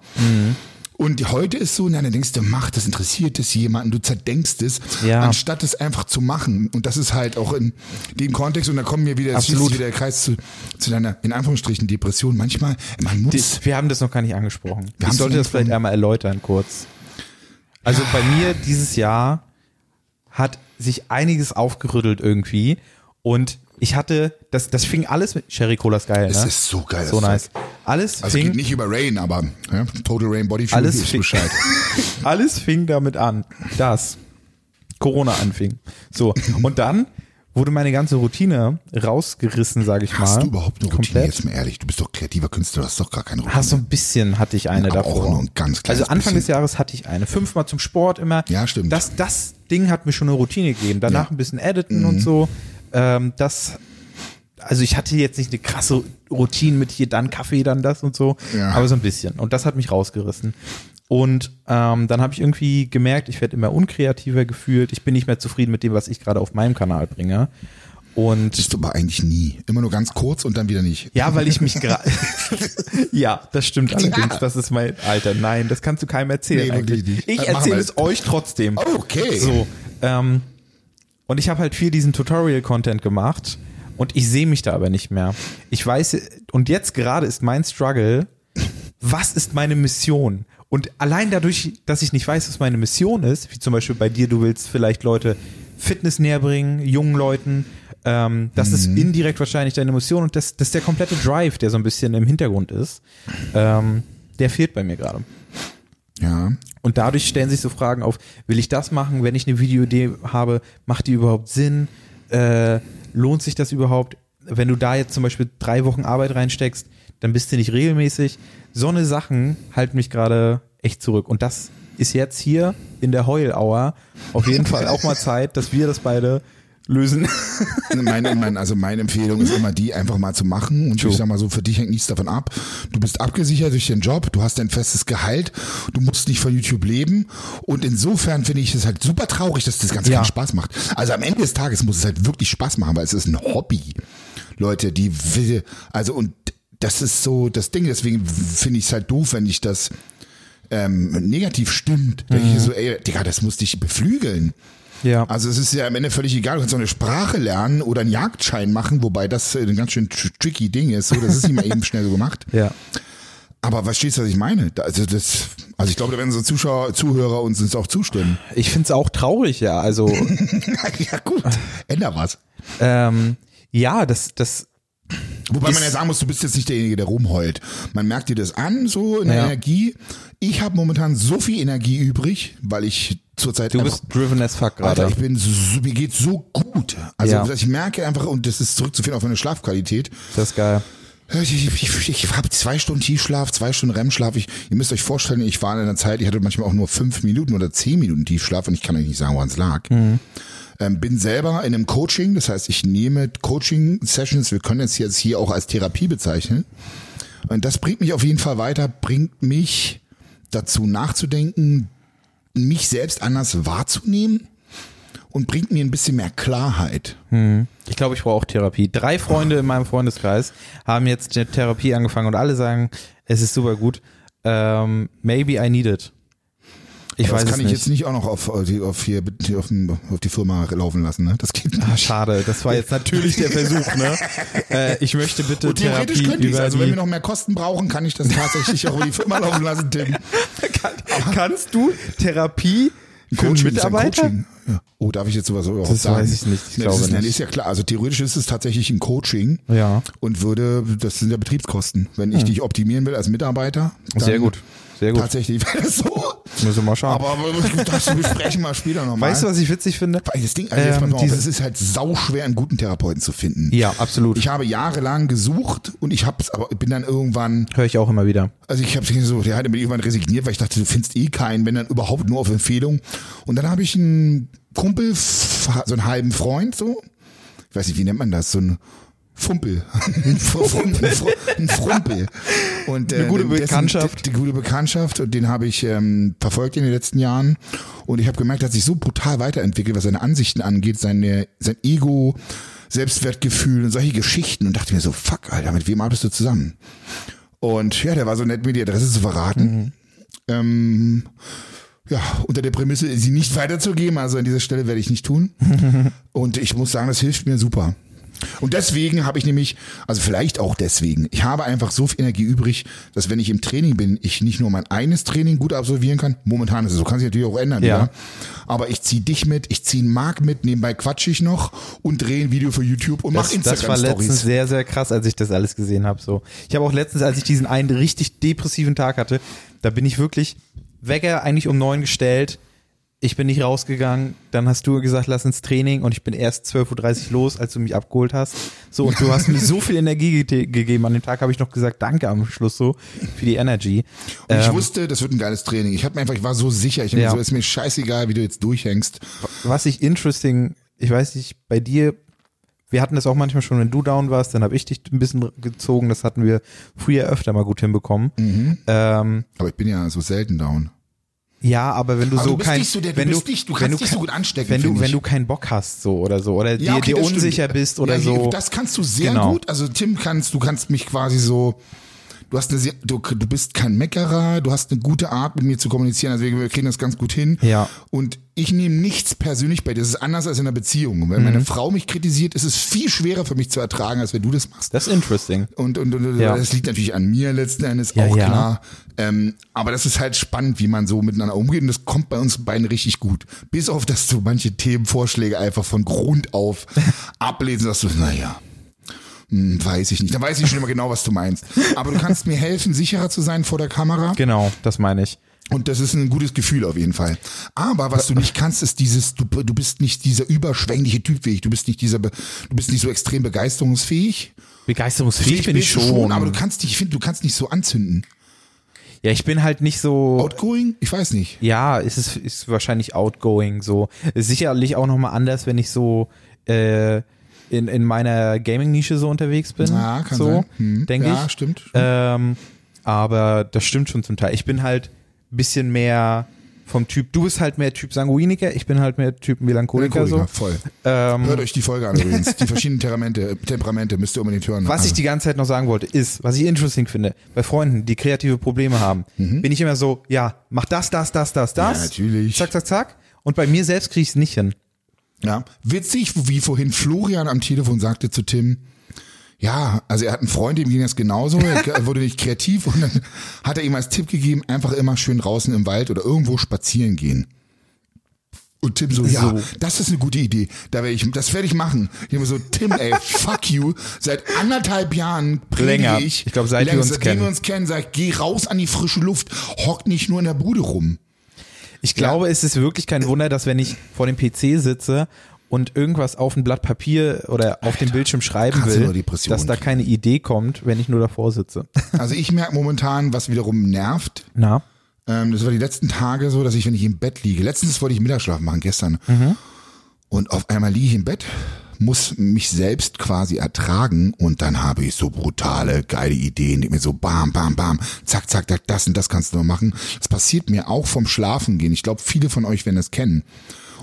Speaker 1: Und heute ist so, na, dann denkst du, mach, das interessiert es jemanden, du zerdenkst es,
Speaker 2: Ja.
Speaker 1: anstatt es einfach zu machen. Und das ist halt auch in dem Kontext, und da kommen wir wieder, es schließt
Speaker 2: Absolut.
Speaker 1: sich wieder der Kreis zu, zu deiner, in Anführungsstrichen, Depression. Manchmal, man muss.
Speaker 2: Die- Wir haben das noch gar nicht angesprochen. Ich
Speaker 1: haben's
Speaker 2: sollte
Speaker 1: nicht
Speaker 2: das vielleicht
Speaker 1: angesprochen.
Speaker 2: einmal erläutern kurz. Also bei mir dieses Jahr hat sich einiges aufgerüttelt irgendwie und ich hatte, das, das fing alles mit Sherry Cola ist geil, ne?
Speaker 1: Es ist so geil,
Speaker 2: So
Speaker 1: das
Speaker 2: nice. Alles
Speaker 1: also es geht
Speaker 2: fing,
Speaker 1: nicht über Rain, aber ja, Total Rain Body Fuel
Speaker 2: Alles
Speaker 1: ist
Speaker 2: fix.
Speaker 1: Bescheid.
Speaker 2: alles fing damit an, dass Corona anfing. So. Und dann wurde meine ganze Routine rausgerissen, sage ich mal.
Speaker 1: Hast du überhaupt eine Routine?
Speaker 2: Komplett.
Speaker 1: Jetzt mal ehrlich, du bist doch kreativer Künstler, du hast doch gar keine Routine.
Speaker 2: Hast so ein bisschen hatte ich eine
Speaker 1: Aber auch
Speaker 2: davor.
Speaker 1: nur ein ganz kleines
Speaker 2: also Anfang des
Speaker 1: bisschen.
Speaker 2: Jahres hatte ich eine. Fünfmal zum Sport immer.
Speaker 1: Ja, stimmt.
Speaker 2: Das, das Ding hat mir schon eine Routine gegeben. Danach ein bisschen editen
Speaker 1: Mhm.
Speaker 2: und so. Ähm, das, also ich hatte jetzt nicht eine krasse Routine mit hier dann Kaffee, dann das und so,
Speaker 1: Ja.
Speaker 2: aber so ein bisschen. Und das hat mich rausgerissen. Und ähm, dann habe ich irgendwie gemerkt, ich werde immer unkreativer gefühlt. Ich bin nicht mehr zufrieden mit dem, was ich gerade auf meinem Kanal bringe. Und
Speaker 1: Bist du aber eigentlich nie. Immer nur ganz kurz und dann wieder nicht.
Speaker 2: ja, weil ich mich gerade. ja, das stimmt allerdings.
Speaker 1: Ja.
Speaker 2: Das ist mein Alter. Nein, das kannst du keinem erzählen.
Speaker 1: Nee, wirklich
Speaker 2: eigentlich.
Speaker 1: nicht.
Speaker 2: Ich
Speaker 1: Dann machen
Speaker 2: erzähle
Speaker 1: wir
Speaker 2: es
Speaker 1: es.
Speaker 2: euch trotzdem.
Speaker 1: Okay.
Speaker 2: So. Ähm, und ich habe halt viel diesen Tutorial-Content gemacht und ich sehe mich da aber nicht mehr. Ich weiß, und jetzt gerade ist mein Struggle, was ist meine Mission? Und allein dadurch, dass ich nicht weiß, was meine Mission ist, wie zum Beispiel bei dir, du willst vielleicht Leute Fitness näher bringen, jungen Leuten, ähm, das ist indirekt wahrscheinlich deine Mission und das, das ist der komplette Drive, der so ein bisschen im Hintergrund ist, ähm, der fehlt bei mir gerade.
Speaker 1: Ja.
Speaker 2: Und dadurch stellen sich so Fragen auf, will ich das machen, wenn ich eine Videoidee habe, macht die überhaupt Sinn? Äh, lohnt sich das überhaupt? Wenn du da jetzt zum Beispiel drei Wochen Arbeit reinsteckst, dann bist du nicht regelmäßig. So eine Sachen halten mich gerade echt zurück. Und das ist jetzt hier in der Heulauer auf jeden Fall auch mal Zeit, dass wir das beide lösen.
Speaker 1: Meine, mein, also meine Empfehlung ist immer die, einfach mal zu machen. Und ich sag mal so, für dich hängt nichts davon ab. Du bist abgesichert durch den Job, du hast dein festes Gehalt, du musst nicht von YouTube leben. Und insofern finde ich es halt super traurig, dass das Ganze
Speaker 2: Ja.
Speaker 1: keinen Spaß macht. Also am Ende des Tages muss es halt wirklich Spaß machen, weil es ist ein Hobby. Leute, die will, also und das ist so das Ding, deswegen finde ich es halt doof, wenn ich das ähm, negativ stimmt. Denke ich so, ey, Digga, das muss dich beflügeln.
Speaker 2: Ja.
Speaker 1: Also es ist ja am Ende völlig egal, du kannst auch eine Sprache lernen oder einen Jagdschein machen, wobei das äh, ein ganz schön tr- tricky Ding ist. So, das ist nicht mal eben schnell so gemacht.
Speaker 2: Ja.
Speaker 1: Aber verstehst du, was ich meine? Da- Also, das, also ich glaube, da werden so Zuschauer, Zuhörer uns uns auch zustimmen.
Speaker 2: Ich finde es auch traurig, ja. Also
Speaker 1: ja gut, Äh. änder was.
Speaker 2: ähm, ja, das, das
Speaker 1: Wobei
Speaker 2: Ist-
Speaker 1: man ja sagen muss, du bist jetzt nicht derjenige, der rumheult. Man merkt dir das an, so in der
Speaker 2: Ja.
Speaker 1: Energie. Ich habe momentan so viel Energie übrig, weil ich zurzeit
Speaker 2: du
Speaker 1: einfach
Speaker 2: bist driven as fuck
Speaker 1: Alter,
Speaker 2: gerade.
Speaker 1: ich bin so, mir geht's so gut. Also
Speaker 2: Ja.
Speaker 1: ich merke einfach, und das ist zurückzuführen auf meine Schlafqualität.
Speaker 2: Das ist geil.
Speaker 1: Ich, ich, ich, ich habe zwei Stunden Tiefschlaf, zwei Stunden REM-Schlaf. Ich, ihr müsst euch vorstellen, ich war in einer Zeit, ich hatte manchmal auch nur fünf Minuten oder zehn Minuten Tiefschlaf und ich kann euch nicht sagen, woran es lag. Ähm, bin selber in einem Coaching, das heißt, ich nehme Coaching-Sessions, wir können es jetzt hier auch als Therapie bezeichnen. Und das bringt mich auf jeden Fall weiter, bringt mich dazu nachzudenken, mich selbst anders wahrzunehmen und bringt mir ein bisschen mehr Klarheit.
Speaker 2: Ich glaube, ich brauche auch Therapie. Drei Freunde in meinem Freundeskreis haben jetzt eine Therapie angefangen und alle sagen, es ist super gut. Ähm, maybe I need it. Ich
Speaker 1: das
Speaker 2: weiß
Speaker 1: kann
Speaker 2: es
Speaker 1: ich
Speaker 2: nicht.
Speaker 1: jetzt nicht auch noch auf, auf, die, auf, hier, auf, den- auf die Firma laufen lassen, ne? Das geht nicht.
Speaker 2: Ah, Schade, das war jetzt natürlich der Versuch, ne? Äh, ich möchte bitte
Speaker 1: Und theoretisch
Speaker 2: Therapie
Speaker 1: könnte ich
Speaker 2: über
Speaker 1: Also wenn
Speaker 2: die,
Speaker 1: wir noch mehr Kosten brauchen, kann ich das tatsächlich auch über die Firma laufen lassen, Tim.
Speaker 2: kann, Kannst du Therapie für einen
Speaker 1: Coaching ist ein
Speaker 2: Mitarbeiter?
Speaker 1: Coaching. Ja. Oh, darf ich jetzt sowas überhaupt
Speaker 2: Das
Speaker 1: sagen?
Speaker 2: weiß ich nicht, ich
Speaker 1: Nee,
Speaker 2: glaube
Speaker 1: das ist,
Speaker 2: nicht.
Speaker 1: Ist ja klar. Also theoretisch ist es tatsächlich ein Coaching.
Speaker 2: Ja. Hm.
Speaker 1: Und würde, das sind ja Betriebskosten. Wenn ich dich optimieren will als Mitarbeiter. dann
Speaker 2: Sehr gut, sehr gut.
Speaker 1: Tatsächlich wäre das so.
Speaker 2: Müssen wir mal schauen.
Speaker 1: Aber das besprechen wir später nochmal.
Speaker 2: weißt du, was ich witzig finde?
Speaker 1: das Ding, also jetzt
Speaker 2: Ähm,
Speaker 1: mal auf,
Speaker 2: dieses-
Speaker 1: es ist halt sauschwer, einen guten Therapeuten zu finden.
Speaker 2: Ja, absolut.
Speaker 1: Ich habe jahrelang gesucht und ich hab's aber bin dann irgendwann
Speaker 2: Höre ich auch immer wieder.
Speaker 1: also ich habe so, der hatte mich irgendwann resigniert, weil ich dachte, du findest eh keinen, wenn dann überhaupt nur auf Empfehlung. Und dann habe ich einen Kumpel, f- so einen halben Freund, so, ich weiß nicht, wie nennt man das, so ein Fumpel, ein Fr- Fr- ein Fr- ein Frumpel. Und, äh,
Speaker 2: Eine gute
Speaker 1: dessen-
Speaker 2: Bekanntschaft.
Speaker 1: Die, die gute Bekanntschaft und den habe ich ähm, verfolgt in den letzten Jahren. Und ich habe gemerkt, er hat sich so brutal weiterentwickelt, was seine Ansichten angeht, seine, sein Ego, Selbstwertgefühl und solche Geschichten. Und dachte mir so, fuck, Alter, mit wem arbeitest du zusammen? Und ja, der war so nett, mir die Adresse zu verraten. Ähm, ja, unter der Prämisse, sie nicht weiterzugeben. Also an dieser Stelle werde ich nicht tun. Und ich muss sagen, das hilft mir super. Und deswegen habe ich nämlich, also vielleicht auch deswegen, ich habe einfach so viel Energie übrig, dass wenn ich im Training bin, ich nicht nur mein eines Training gut absolvieren kann. Momentan ist es so, kann sich natürlich auch ändern.
Speaker 2: Ja.
Speaker 1: Aber ich ziehe dich mit, ich ziehe Marc mit, nebenbei quatsche ich noch und drehe ein Video für YouTube und mache
Speaker 2: Das, das war letztens
Speaker 1: Instagram-Stories.
Speaker 2: sehr, sehr krass, als ich das alles gesehen habe. So. Ich habe auch letztens, als ich diesen einen richtig depressiven Tag hatte, da bin ich wirklich Wecker eigentlich um neun gestellt. Ich bin nicht rausgegangen. Dann hast du gesagt, lass ins Training und ich bin erst 12.30 Uhr los, als du mich abgeholt hast. So, und du hast mir so viel Energie ge gegeben. An dem Tag habe ich noch gesagt, danke am Schluss so für die Energy.
Speaker 1: Und ich
Speaker 2: Ähm,
Speaker 1: wusste, das wird ein geiles Training. Ich habe mir einfach, ich war so sicher, ich hab mir
Speaker 2: Ja.
Speaker 1: so, ist mir scheißegal, wie du jetzt durchhängst.
Speaker 2: was ich interesting, ich weiß nicht, bei dir, wir hatten das auch manchmal schon, wenn du down warst, dann habe ich dich ein bisschen gezogen, das hatten wir früher öfter mal gut hinbekommen. Ähm,
Speaker 1: Aber ich bin ja so selten down.
Speaker 2: ja, aber wenn du
Speaker 1: Aber
Speaker 2: so
Speaker 1: du bist
Speaker 2: kein,
Speaker 1: nicht so der- du
Speaker 2: wenn
Speaker 1: bist nicht- du
Speaker 2: wenn
Speaker 1: kannst dich
Speaker 2: kein-
Speaker 1: so gut anstecken,
Speaker 2: wenn du,
Speaker 1: find
Speaker 2: wenn
Speaker 1: ich.
Speaker 2: du keinen Bock hast, so oder so, oder
Speaker 1: Ja,
Speaker 2: dir,
Speaker 1: okay,
Speaker 2: dir
Speaker 1: das stimmt.
Speaker 2: unsicher bist oder
Speaker 1: ja, hier,
Speaker 2: so.
Speaker 1: Das kannst du sehr
Speaker 2: Genau.
Speaker 1: gut. Also Tim kannst, du kannst mich quasi so. Du hast eine sehr, du, du bist kein Meckerer, du hast eine gute Art mit mir zu kommunizieren, also wir, wir kriegen das ganz gut hin.
Speaker 2: Ja.
Speaker 1: Und ich nehme nichts persönlich bei dir. Das ist anders als in einer Beziehung. Wenn
Speaker 2: Mhm.
Speaker 1: meine Frau mich kritisiert, ist es viel schwerer für mich zu ertragen, als wenn du das machst.
Speaker 2: Das ist interesting.
Speaker 1: Und, und, und
Speaker 2: Ja.
Speaker 1: das liegt natürlich an mir letzten Endes,
Speaker 2: Ja,
Speaker 1: auch
Speaker 2: ja.
Speaker 1: klar. Ähm, aber das ist halt spannend, wie man so miteinander umgeht. Und das kommt bei uns beiden richtig gut. Bis auf, dass du manche Themenvorschläge einfach von Grund auf ablesen, dass du, naja, hm, weiß ich nicht. Dann weiß ich schon immer genau, was du meinst. Aber du kannst mir helfen, sicherer zu sein vor der Kamera.
Speaker 2: Genau, das meine ich.
Speaker 1: Und das ist ein gutes Gefühl auf jeden Fall. Aber was du nicht kannst, ist dieses, du, du bist nicht dieser überschwängliche Typ wie ich. Du bist nicht dieser, be- du bist nicht so extrem begeisterungsfähig.
Speaker 2: Begeisterungsfähig bin ich
Speaker 1: Bist du
Speaker 2: schon.
Speaker 1: aber du kannst dich, ich finde, du kannst nicht so anzünden.
Speaker 2: ja, ich bin halt nicht so.
Speaker 1: Outgoing? Ich weiß nicht.
Speaker 2: Ja, es ist, ist wahrscheinlich outgoing so. Ist sicherlich auch nochmal anders, wenn ich so äh, in, in meiner Gaming-Nische so unterwegs bin.
Speaker 1: Ja, kann
Speaker 2: so,
Speaker 1: sein. Hm.
Speaker 2: Denke
Speaker 1: ja,
Speaker 2: ich.
Speaker 1: stimmt.
Speaker 2: Ähm, aber das stimmt schon zum Teil. Ich bin halt ein bisschen mehr vom Typ. Du bist halt mehr Typ Sanguiniker, ich bin halt mehr Typ Melancholiker.
Speaker 1: Melancholiker,
Speaker 2: So.
Speaker 1: voll.
Speaker 2: Ähm,
Speaker 1: Hört euch die Folge an übrigens. Die verschiedenen Temperamente, Temperamente müsst ihr unbedingt hören.
Speaker 2: Was ich die ganze Zeit noch sagen wollte, ist, was ich interesting finde, bei Freunden, die kreative Probleme haben, bin ich immer so, ja, mach das, das, das, das, das.
Speaker 1: Mhm. natürlich.
Speaker 2: Zack, zack, zack. Und bei mir selbst kriege ich es nicht hin.
Speaker 1: Ja, witzig, wie vorhin Florian am Telefon sagte zu Tim, ja, also er hat einen Freund, dem ging das genauso, er wurde nicht kreativ und dann hat er ihm als Tipp gegeben, einfach immer schön draußen im Wald oder irgendwo spazieren gehen. Und Tim so, ja,
Speaker 2: So.
Speaker 1: das ist eine gute Idee. Da werde ich, das werde ich machen. Ich habe so, Tim, ey, fuck you. Seit anderthalb Jahren predige
Speaker 2: Länger.
Speaker 1: ich.
Speaker 2: Ich glaub, seit wir uns
Speaker 1: seitdem
Speaker 2: kennen.
Speaker 1: wir uns kennen, sag ich, geh raus an die frische Luft, hock nicht nur in der Bude rum.
Speaker 2: Ich glaube, es ist wirklich kein Wunder, dass wenn ich vor dem PC sitze und irgendwas auf ein Blatt Papier oder auf dem Bildschirm schreiben
Speaker 1: kannst du nur
Speaker 2: will,
Speaker 1: Depressionen
Speaker 2: dass da
Speaker 1: kriegen.
Speaker 2: keine Idee kommt, wenn ich nur davor sitze.
Speaker 1: Also ich merke momentan, was wiederum nervt,
Speaker 2: Na?
Speaker 1: Ähm, das war die letzten Tage so, dass ich, wenn ich im Bett liege, letztens wollte ich Mittagsschlaf machen, gestern. Und auf einmal liege ich im Bett, muss mich selbst quasi ertragen und dann habe ich so brutale, geile Ideen, die mir so bam, bam, bam, zack, zack, zack, das und das kannst du noch machen. Das passiert mir auch vom Schlafen gehen. Ich glaube, viele von euch werden das kennen.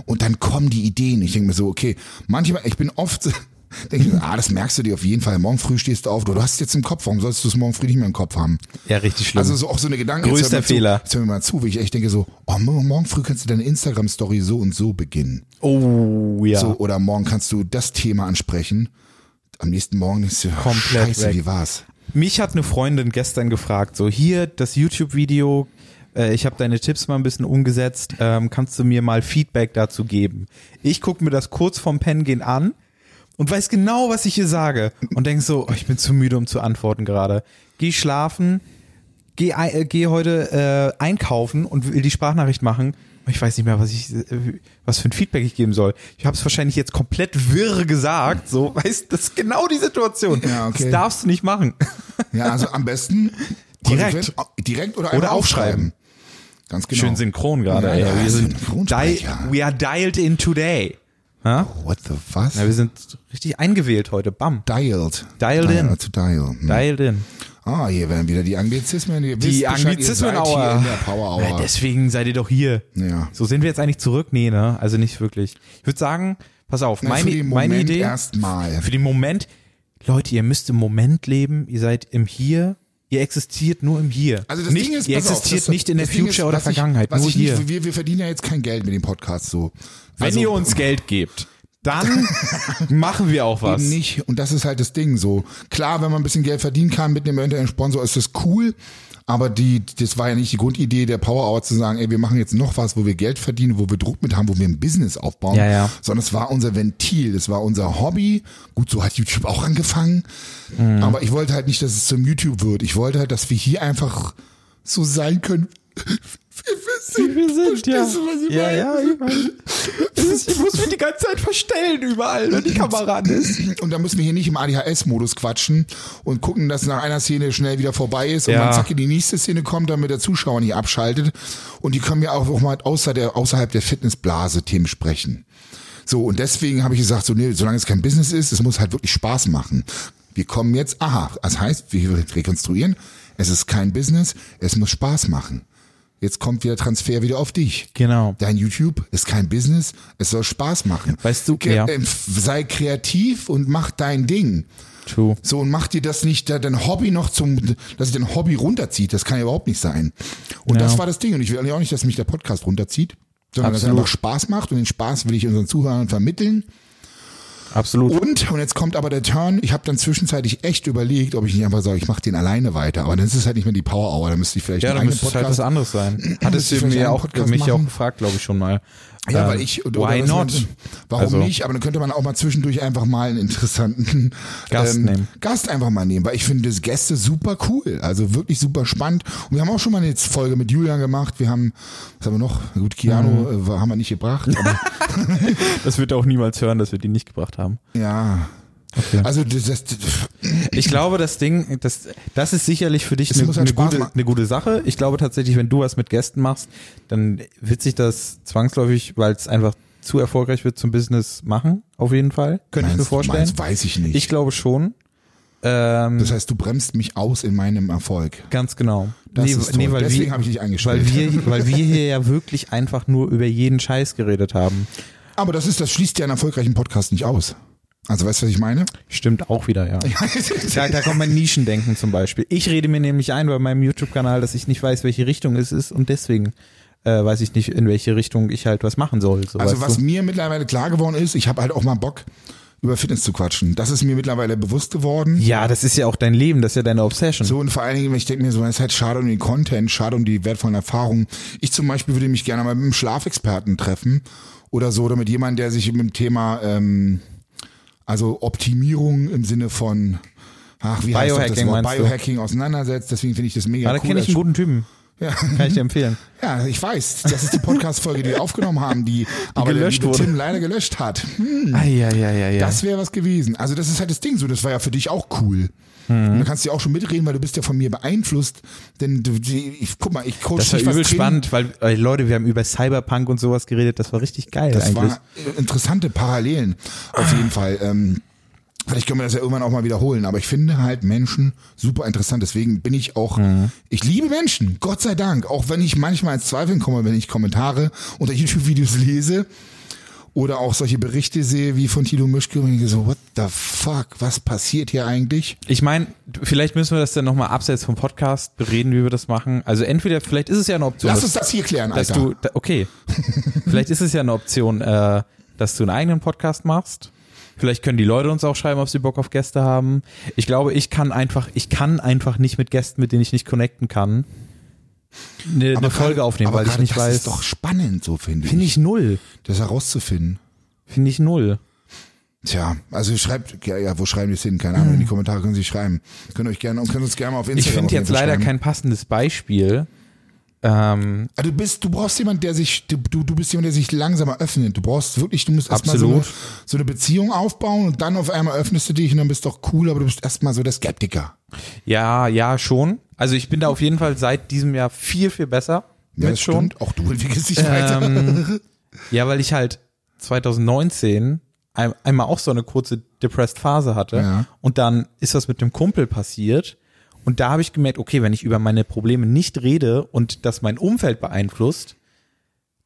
Speaker 1: Und dann kommen die Ideen. Ich denke mir so, okay, manchmal, ich bin oft, so- denke ich mir, so, ah, das merkst du dir auf jeden Fall. Morgen früh stehst du auf, du hast es jetzt im Kopf, warum sollst du es morgen früh nicht mehr im Kopf haben?
Speaker 2: Ja, richtig schlimm.
Speaker 1: Also so auch so eine Gedanken.
Speaker 2: Größter
Speaker 1: jetzt hör mir zu-
Speaker 2: Fehler.
Speaker 1: Jetzt hör mir mal zu, wie ich echt denke so, oh, mo- morgen früh kannst du deine Instagram-Story so und so beginnen.
Speaker 2: oh, ja.
Speaker 1: So, oder morgen kannst du das Thema ansprechen. Am nächsten Morgen denkst du, oh,
Speaker 2: Komplett
Speaker 1: scheiße,
Speaker 2: weg.
Speaker 1: wie war's?
Speaker 2: Mich hat eine Freundin gestern gefragt, so hier das YouTube-Video, äh, ich habe deine Tipps mal ein bisschen umgesetzt, ähm, kannst du mir mal Feedback dazu geben? Ich gucke mir das kurz vorm Pengehen an und weiß genau, was ich hier sage und denk so, oh, ich bin zu müde, um zu antworten gerade. Geh schlafen, geh, ei- äh, geh heute äh, einkaufen und will die Sprachnachricht machen. Ich weiß nicht mehr, was ich, äh, was für ein Feedback ich geben soll. Ich habe es wahrscheinlich jetzt komplett wirr gesagt. So, weißt, das ist genau die Situation.
Speaker 1: Ja, okay.
Speaker 2: Das darfst du nicht machen.
Speaker 1: Ja, also am besten
Speaker 2: Direkt.
Speaker 1: konsequent, au- direkt oder,
Speaker 2: Oder
Speaker 1: einfach
Speaker 2: aufschreiben.
Speaker 1: Ganz genau.
Speaker 2: Schön synchron gerade.
Speaker 1: Ja,
Speaker 2: ey.
Speaker 1: ja,
Speaker 2: wir sind di
Speaker 1: Synchronsprecher.
Speaker 2: we are dialed in today. Ja?
Speaker 1: What the was?
Speaker 2: Ja, wir sind richtig eingewählt heute.
Speaker 1: Mhm.
Speaker 2: Bam.
Speaker 1: dialed.
Speaker 2: Dialed in.
Speaker 1: Zu dial. Hm.
Speaker 2: Dialed in.
Speaker 1: Ah, hier werden wieder die Anglizismen. Ihr wisst
Speaker 2: Die
Speaker 1: Bescheid, ihr seid hier
Speaker 2: Anglizismen-Hour.
Speaker 1: in der Power Hour.
Speaker 2: Ja, Äh, Deswegen seid ihr doch hier.
Speaker 1: Ja.
Speaker 2: So sind wir jetzt eigentlich zurück? Nee, ne? Also nicht wirklich. Ich würde sagen, pass auf,
Speaker 1: Na,
Speaker 2: meine,
Speaker 1: für den
Speaker 2: meine
Speaker 1: Moment
Speaker 2: Idee.
Speaker 1: erstmal.
Speaker 2: Für den Moment. Leute, ihr müsst im Moment leben. Ihr seid im Hier Ihr existiert nur im Hier.
Speaker 1: Also das
Speaker 2: nicht,
Speaker 1: Ding ist,
Speaker 2: ihr
Speaker 1: pass auf,
Speaker 2: existiert
Speaker 1: das-
Speaker 2: nicht in der
Speaker 1: das Ding
Speaker 2: Future
Speaker 1: ist,
Speaker 2: oder
Speaker 1: was ich-
Speaker 2: Vergangenheit,
Speaker 1: was
Speaker 2: nur
Speaker 1: ich nicht-
Speaker 2: hier.
Speaker 1: wir, wir verdienen ja jetzt kein Geld mit dem Podcast so.
Speaker 2: Wenn
Speaker 1: Also-
Speaker 2: ihr uns Geld gebt, dann machen wir auch was.
Speaker 1: Eben nicht. Und das ist halt das Ding so. Klar, wenn man ein bisschen Geld verdienen kann mit einem eventuellen Sponsor, ist das cool. Aber die, das war ja nicht die Grundidee der Power Hour zu sagen, ey, wir machen jetzt noch was, wo wir Geld verdienen, wo wir Druck mit haben, wo wir ein Business aufbauen.
Speaker 2: Ja, ja.
Speaker 1: Sondern es war unser Ventil, das war unser Hobby. Gut, so hat YouTube auch angefangen.
Speaker 2: Mhm.
Speaker 1: Aber ich wollte halt nicht, dass es zum YouTube wird. Ich wollte halt, dass wir hier einfach so sein können.
Speaker 2: Wir sind
Speaker 1: ja. Verstehst du, was ich
Speaker 2: ja,
Speaker 1: meine?
Speaker 2: ja, ich, meine, Es ist- ich muss mich die ganze Zeit verstellen überall, wenn die Kamera an ist.
Speaker 1: Und da müssen wir hier nicht im ADHS-Modus quatschen und gucken, dass nach einer Szene schnell wieder vorbei ist und
Speaker 2: Ja.
Speaker 1: dann zack in die nächste Szene kommt, damit der Zuschauer nicht abschaltet. Und die können ja auch, auch mal außer der, außerhalb der Fitnessblase Themen sprechen. So, und deswegen habe ich gesagt, so, nee, solange es kein Business ist, es muss halt wirklich Spaß machen. Wir kommen jetzt, aha, das heißt, wir rekonstruieren, es ist kein Business, es muss Spaß machen. Jetzt kommt wieder Transfer wieder auf dich.
Speaker 2: Genau.
Speaker 1: Dein YouTube ist kein Business, es soll Spaß machen.
Speaker 2: Weißt du,
Speaker 1: Ge-
Speaker 2: ja.
Speaker 1: ähm, f- sei kreativ und mach dein Ding.
Speaker 2: True.
Speaker 1: So, und mach dir das nicht, da- dein Hobby noch zum, dass ich dein Hobby runterzieht, das kann ja überhaupt nicht sein. Und
Speaker 2: Ja.
Speaker 1: das war das Ding. Und ich will auch nicht, dass mich der Podcast runterzieht, sondern dass er
Speaker 2: Absolut.
Speaker 1: einfach Spaß macht und den Spaß will ich unseren Zuhörern vermitteln.
Speaker 2: Absolut.
Speaker 1: Und, und jetzt kommt aber der Turn, ich habe dann zwischenzeitlich echt überlegt, ob ich nicht einfach sage, ich mache den alleine weiter. Aber dann ist es halt nicht mehr die Power Hour, dann müsste ich vielleicht
Speaker 2: Ja,
Speaker 1: einen
Speaker 2: dann
Speaker 1: eigenen
Speaker 2: müsste es halt was
Speaker 1: Podcast.
Speaker 2: anderes sein. Hattest
Speaker 1: Müsste ich
Speaker 2: du
Speaker 1: vielleicht
Speaker 2: mir
Speaker 1: einen
Speaker 2: auch,
Speaker 1: Podcast
Speaker 2: mich ja auch
Speaker 1: machen?
Speaker 2: gefragt, glaube ich, schon mal.
Speaker 1: ja,
Speaker 2: Ähm,
Speaker 1: weil ich, oder
Speaker 2: why
Speaker 1: was man-
Speaker 2: not?
Speaker 1: Warum
Speaker 2: Also-
Speaker 1: nicht? Aber dann könnte man auch mal zwischendurch einfach mal einen interessanten ähm,
Speaker 2: Gast nehmen.
Speaker 1: Gast einfach mal nehmen, weil ich finde das Gäste super cool, also wirklich super spannend. Und wir haben auch schon mal eine Folge mit Julian gemacht. Wir haben, was haben wir noch? Gut, Keanu
Speaker 2: Mhm.
Speaker 1: äh, haben wir nicht gebracht. Aber,
Speaker 2: Das wird er auch niemals hören, dass wir die nicht gebracht haben.
Speaker 1: ja. Also das, das,
Speaker 2: Ich glaube, das Ding, das, das ist sicherlich für dich
Speaker 1: Es
Speaker 2: eine,
Speaker 1: muss halt
Speaker 2: eine,
Speaker 1: Spaß
Speaker 2: gute,
Speaker 1: machen.
Speaker 2: eine gute Sache. Ich glaube tatsächlich, wenn du was mit Gästen machst, dann wird sich das zwangsläufig, weil es einfach zu erfolgreich wird zum Business machen, auf jeden Fall. Könnte ich mir
Speaker 1: Meinst-
Speaker 2: vorstellen.
Speaker 1: meinst, weiß ich nicht.
Speaker 2: Ich glaube schon. Ähm,
Speaker 1: das heißt, du bremst mich aus in meinem Erfolg.
Speaker 2: ganz genau.
Speaker 1: Das ist toll.
Speaker 2: weil
Speaker 1: Deswegen
Speaker 2: wir-
Speaker 1: habe ich dich
Speaker 2: weil
Speaker 1: eingestellt.
Speaker 2: wir, weil wir hier ja wirklich einfach nur über jeden Scheiß geredet haben.
Speaker 1: Aber das ist, das schließt ja einen erfolgreichen Podcast nicht aus. Also weißt du, was ich meine?
Speaker 2: Stimmt auch wieder, ja. Da, da kommt mein Nischendenken zum Beispiel. Ich rede mir nämlich ein bei meinem YouTube-Kanal, dass ich nicht weiß, welche Richtung es ist und deswegen äh, weiß ich nicht, in welche Richtung ich halt was machen soll. So,
Speaker 1: Also
Speaker 2: weißt
Speaker 1: was
Speaker 2: du?
Speaker 1: mir mittlerweile klar geworden ist, ich habe halt auch mal Bock über Fitness zu quatschen. Das ist mir mittlerweile bewusst geworden.
Speaker 2: Ja, das ist ja auch dein Leben, das ist ja deine Obsession.
Speaker 1: So und vor allen Dingen, ich denke mir so, es ist halt schade um den Content, schade um die wertvollen Erfahrungen. Ich zum Beispiel würde mich gerne mal mit einem Schlafexperten treffen oder so oder mit jemandem, der sich mit dem Thema, ähm, also Optimierung im Sinne von Ach, wie heißt doch das
Speaker 2: Biohacking
Speaker 1: Wort?
Speaker 2: meinst du?
Speaker 1: Biohacking auseinandersetzt, deswegen finde ich das mega
Speaker 2: ja, da
Speaker 1: cool.
Speaker 2: kenne ich einen guten Typen.
Speaker 1: ja.
Speaker 2: Kann ich dir empfehlen.
Speaker 1: ja, ich weiß. Das ist die Podcast-Folge, die wir aufgenommen haben, die, aber
Speaker 2: gelöscht
Speaker 1: der liebe
Speaker 2: wurde.
Speaker 1: Tim leider gelöscht hat.
Speaker 2: Ah, ja, ja, ja, ja.
Speaker 1: Das wäre was gewesen. Also das ist halt das Ding so, das war ja für dich auch cool.
Speaker 2: Mhm.
Speaker 1: Und da kannst du ja auch schon mitreden, weil du bist ja von mir beeinflusst. Denn du, die, ich, guck mal, ich coach
Speaker 2: Das war
Speaker 1: dich, was
Speaker 2: übel
Speaker 1: Training-
Speaker 2: spannend, weil äh, Leute, wir haben über Cyberpunk und sowas geredet, das war richtig geil
Speaker 1: Das
Speaker 2: eigentlich.
Speaker 1: war äh, interessante Parallelen auf jeden Fall. Ähm, vielleicht können wir das ja irgendwann auch mal wiederholen, aber ich finde halt Menschen super interessant. Deswegen bin ich auch,
Speaker 2: Mhm.
Speaker 1: ich liebe Menschen, Gott sei Dank. Auch wenn ich manchmal ins Zweifeln komme, wenn ich Kommentare unter YouTube-Videos lese oder auch solche Berichte sehe wie von Tilo Mischke und ich denke so, what the fuck, was passiert hier eigentlich?
Speaker 2: Ich meine, vielleicht müssen wir das dann nochmal abseits vom Podcast bereden, wie wir das machen. Also entweder, vielleicht ist es ja eine Option.
Speaker 1: Lass
Speaker 2: dass-
Speaker 1: uns das hier klären,
Speaker 2: dass
Speaker 1: Alter.
Speaker 2: du, da- okay, vielleicht ist es ja eine Option, äh, dass du einen eigenen Podcast machst. Vielleicht können die Leute uns auch schreiben, ob sie Bock auf Gäste haben. Ich glaube, ich kann einfach, ich kann einfach nicht mit Gästen, mit denen ich nicht connecten kann, eine, eine
Speaker 1: gerade-
Speaker 2: Folge aufnehmen,
Speaker 1: aber
Speaker 2: weil ich
Speaker 1: gerade
Speaker 2: nicht
Speaker 1: das
Speaker 2: weiß.
Speaker 1: ist doch spannend, so finde
Speaker 2: Finde
Speaker 1: ich.
Speaker 2: ich null.
Speaker 1: Das herauszufinden.
Speaker 2: Finde ich null.
Speaker 1: Tja, also schreibt, ja, ja, wo schreiben die es hin? Keine Ahnung, in die Kommentare können sie schreiben. Könnt euch gerne und könnt uns gerne mal auf Instagram
Speaker 2: Hm. Ich finde
Speaker 1: auf jeden
Speaker 2: jetzt
Speaker 1: Fall
Speaker 2: leider
Speaker 1: schreiben.
Speaker 2: kein passendes Beispiel. Ähm,
Speaker 1: Also du bist, du brauchst jemand, der sich, du, du du bist jemand, der sich langsamer öffnet. Du brauchst wirklich, du musst erstmal so eine,
Speaker 2: Absolut.
Speaker 1: so eine Beziehung aufbauen und dann auf einmal öffnest du dich und dann bist du doch cool, aber du bist erstmal so der Skeptiker.
Speaker 2: ja, ja, schon. Also ich bin da auf jeden Fall seit diesem Jahr viel, viel besser.
Speaker 1: Ja,
Speaker 2: mit
Speaker 1: das
Speaker 2: schon. Ähm,
Speaker 1: stimmt. Auch du entwickelst dich weiter.
Speaker 2: Ja, weil ich halt 2019 ein, einmal auch so eine kurze depressed Phase hatte
Speaker 1: Ja.
Speaker 2: und dann ist das mit dem Kumpel passiert und da habe ich gemerkt, okay, wenn ich über meine Probleme nicht rede und das mein Umfeld beeinflusst,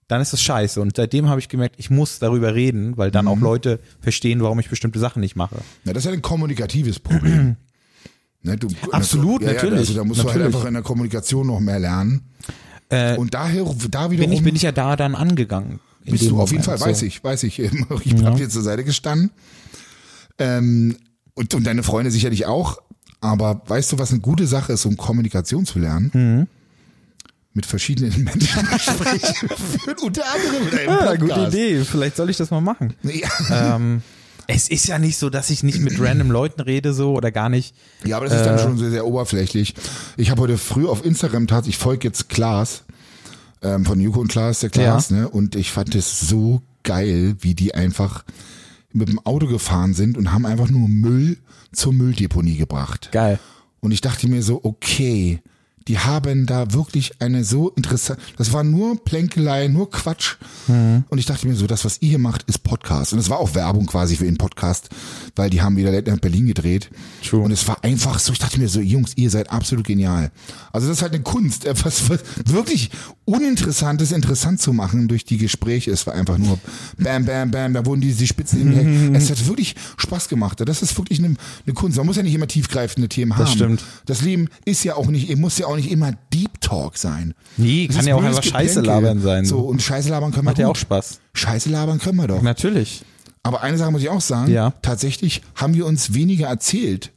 Speaker 2: dann ist das scheiße und seitdem habe ich gemerkt, ich muss darüber reden, weil
Speaker 1: Mhm.
Speaker 2: dann auch Leute verstehen, warum ich bestimmte Sachen nicht mache.
Speaker 1: Na, das ist ja ein kommunikatives Problem. Ne, du,
Speaker 2: Absolut,
Speaker 1: ja, Ja,
Speaker 2: natürlich,
Speaker 1: also da musst du halt
Speaker 2: natürlich. Äh,
Speaker 1: einfach in der Kommunikation noch mehr lernen. und daher, da wiederum
Speaker 2: Bin ich, bin ich ja da dann angegangen. in
Speaker 1: bist
Speaker 2: dem
Speaker 1: du auf jeden
Speaker 2: Moment,
Speaker 1: Fall,
Speaker 2: so.
Speaker 1: weiß ich, weiß ich. ähm, Ich hab dir zur Seite gestanden. Ähm, und, und deine Freunde sicherlich auch. Aber weißt du, was eine gute Sache ist, um Kommunikation zu lernen?
Speaker 2: Mhm.
Speaker 1: Mit verschiedenen Menschen Gespräche führen, unter anderem mit einem
Speaker 2: Ja,
Speaker 1: Podcast.
Speaker 2: Ah, gute Idee. Vielleicht soll ich das mal machen.
Speaker 1: Ja,
Speaker 2: ähm, es ist ja nicht so, dass ich nicht mit random Leuten rede so oder gar nicht.
Speaker 1: ja, aber das ist dann schon sehr, sehr oberflächlich. Ich habe heute früh auf Instagram tatsächlich, ich folge jetzt Klaas ähm, von Juko und Klaas, der Klaas, ne? Und ich fand es so geil, wie die einfach mit dem Auto gefahren sind und haben einfach nur Müll zur Mülldeponie gebracht.
Speaker 2: Geil.
Speaker 1: Und ich dachte mir so, okay, die haben da wirklich eine so interessante, das war nur Plänkelei, nur Quatsch. Und ich dachte mir so, das, was ihr hier macht, ist Podcast. Und es war auch Werbung quasi für ihren Podcast, weil die haben wieder Late Night Berlin gedreht.
Speaker 2: True.
Speaker 1: Und es war einfach so, ich dachte mir so, Jungs, ihr seid absolut genial. Also das ist halt eine Kunst, etwas was wirklich Uninteressantes interessant zu machen durch die Gespräche. Es war einfach nur bam, bam, bam, da wurden die, die Spitzen hingelegt. Es hat wirklich Spaß gemacht. Das ist wirklich eine, eine Kunst. Man muss ja nicht immer tiefgreifende Themen haben.
Speaker 2: Das stimmt.
Speaker 1: Das Leben ist ja auch nicht, muss ja auch nicht immer Deep Talk sein.
Speaker 2: Nee,
Speaker 1: Es
Speaker 2: kann
Speaker 1: ist
Speaker 2: ja auch
Speaker 1: blödes
Speaker 2: einfach Scheiße
Speaker 1: Geplänkel.
Speaker 2: labern sein.
Speaker 1: So, und Scheiße labern können
Speaker 2: Macht
Speaker 1: wir
Speaker 2: ja
Speaker 1: gut.
Speaker 2: auch Spaß.
Speaker 1: Scheiße labern können wir doch.
Speaker 2: Natürlich.
Speaker 1: Aber eine Sache muss ich auch sagen,
Speaker 2: Ja.
Speaker 1: tatsächlich haben wir uns weniger erzählt.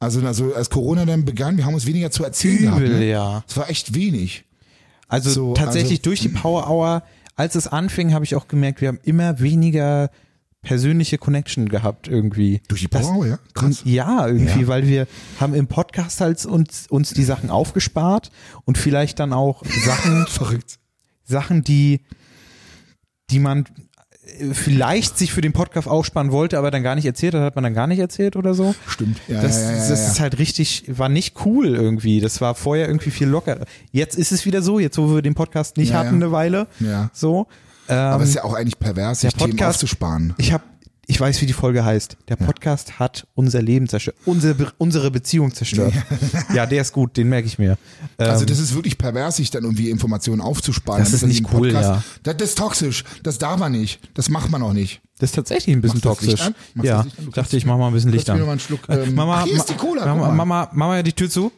Speaker 1: Also, also als Corona dann begann, wir haben uns weniger zu erzählen gehabt.
Speaker 2: Übel,
Speaker 1: Ne?
Speaker 2: ja.
Speaker 1: Es war echt wenig.
Speaker 2: Also
Speaker 1: So,
Speaker 2: tatsächlich
Speaker 1: also-
Speaker 2: durch die Power Hour, als es anfing, habe ich auch gemerkt, wir haben immer weniger persönliche Connection gehabt irgendwie.
Speaker 1: Durch die Power, ja. Krass.
Speaker 2: Und Ja, irgendwie,
Speaker 1: Ja.
Speaker 2: weil wir haben im Podcast halt uns, uns die Sachen aufgespart und vielleicht dann auch Sachen,
Speaker 1: Verrückt.
Speaker 2: Sachen, die, die man äh, vielleicht sich für den Podcast aufsparen wollte, aber dann gar nicht erzählt hat, hat man dann gar nicht erzählt oder so.
Speaker 1: Stimmt. Ja,
Speaker 2: Das,
Speaker 1: ja, ja, ja,
Speaker 2: das
Speaker 1: ja.
Speaker 2: ist halt richtig, war nicht cool irgendwie. Das war vorher irgendwie viel lockerer. Jetzt ist es wieder so, jetzt wo wir den Podcast nicht
Speaker 1: Ja,
Speaker 2: hatten
Speaker 1: ja.
Speaker 2: eine Weile.
Speaker 1: Ja.
Speaker 2: So.
Speaker 1: Aber
Speaker 2: Ähm,
Speaker 1: es ist ja auch eigentlich pervers, sich
Speaker 2: der
Speaker 1: Themen
Speaker 2: Podcast-
Speaker 1: aufzusparen.
Speaker 2: ich habe, ich weiß, wie die Folge heißt. Der Podcast hat unser Leben zerstört, unsere, Be- unsere Beziehung zerstört. ja, der ist gut, den merke ich mir. Ähm,
Speaker 1: Also das ist wirklich pervers, sich dann irgendwie Informationen aufzusparen.
Speaker 2: Das ist
Speaker 1: Damit
Speaker 2: nicht
Speaker 1: im
Speaker 2: cool, ja.
Speaker 1: das, das ist toxisch. Das darf man nicht. Das macht man auch nicht.
Speaker 2: das ist tatsächlich ein bisschen
Speaker 1: Machst du das Licht
Speaker 2: toxisch.
Speaker 1: an? Machst du
Speaker 2: Ja,
Speaker 1: das Licht an? Du
Speaker 2: dachte ich, mach mal ein bisschen Licht
Speaker 1: mir
Speaker 2: an.
Speaker 1: noch mal einen Schluck,
Speaker 2: Äh,
Speaker 1: ähm,
Speaker 2: Mama,
Speaker 1: ach, hier
Speaker 2: Ma-
Speaker 1: ist die Cola, guck
Speaker 2: Mama,
Speaker 1: mal.
Speaker 2: Mama, Mama, die Tür zu.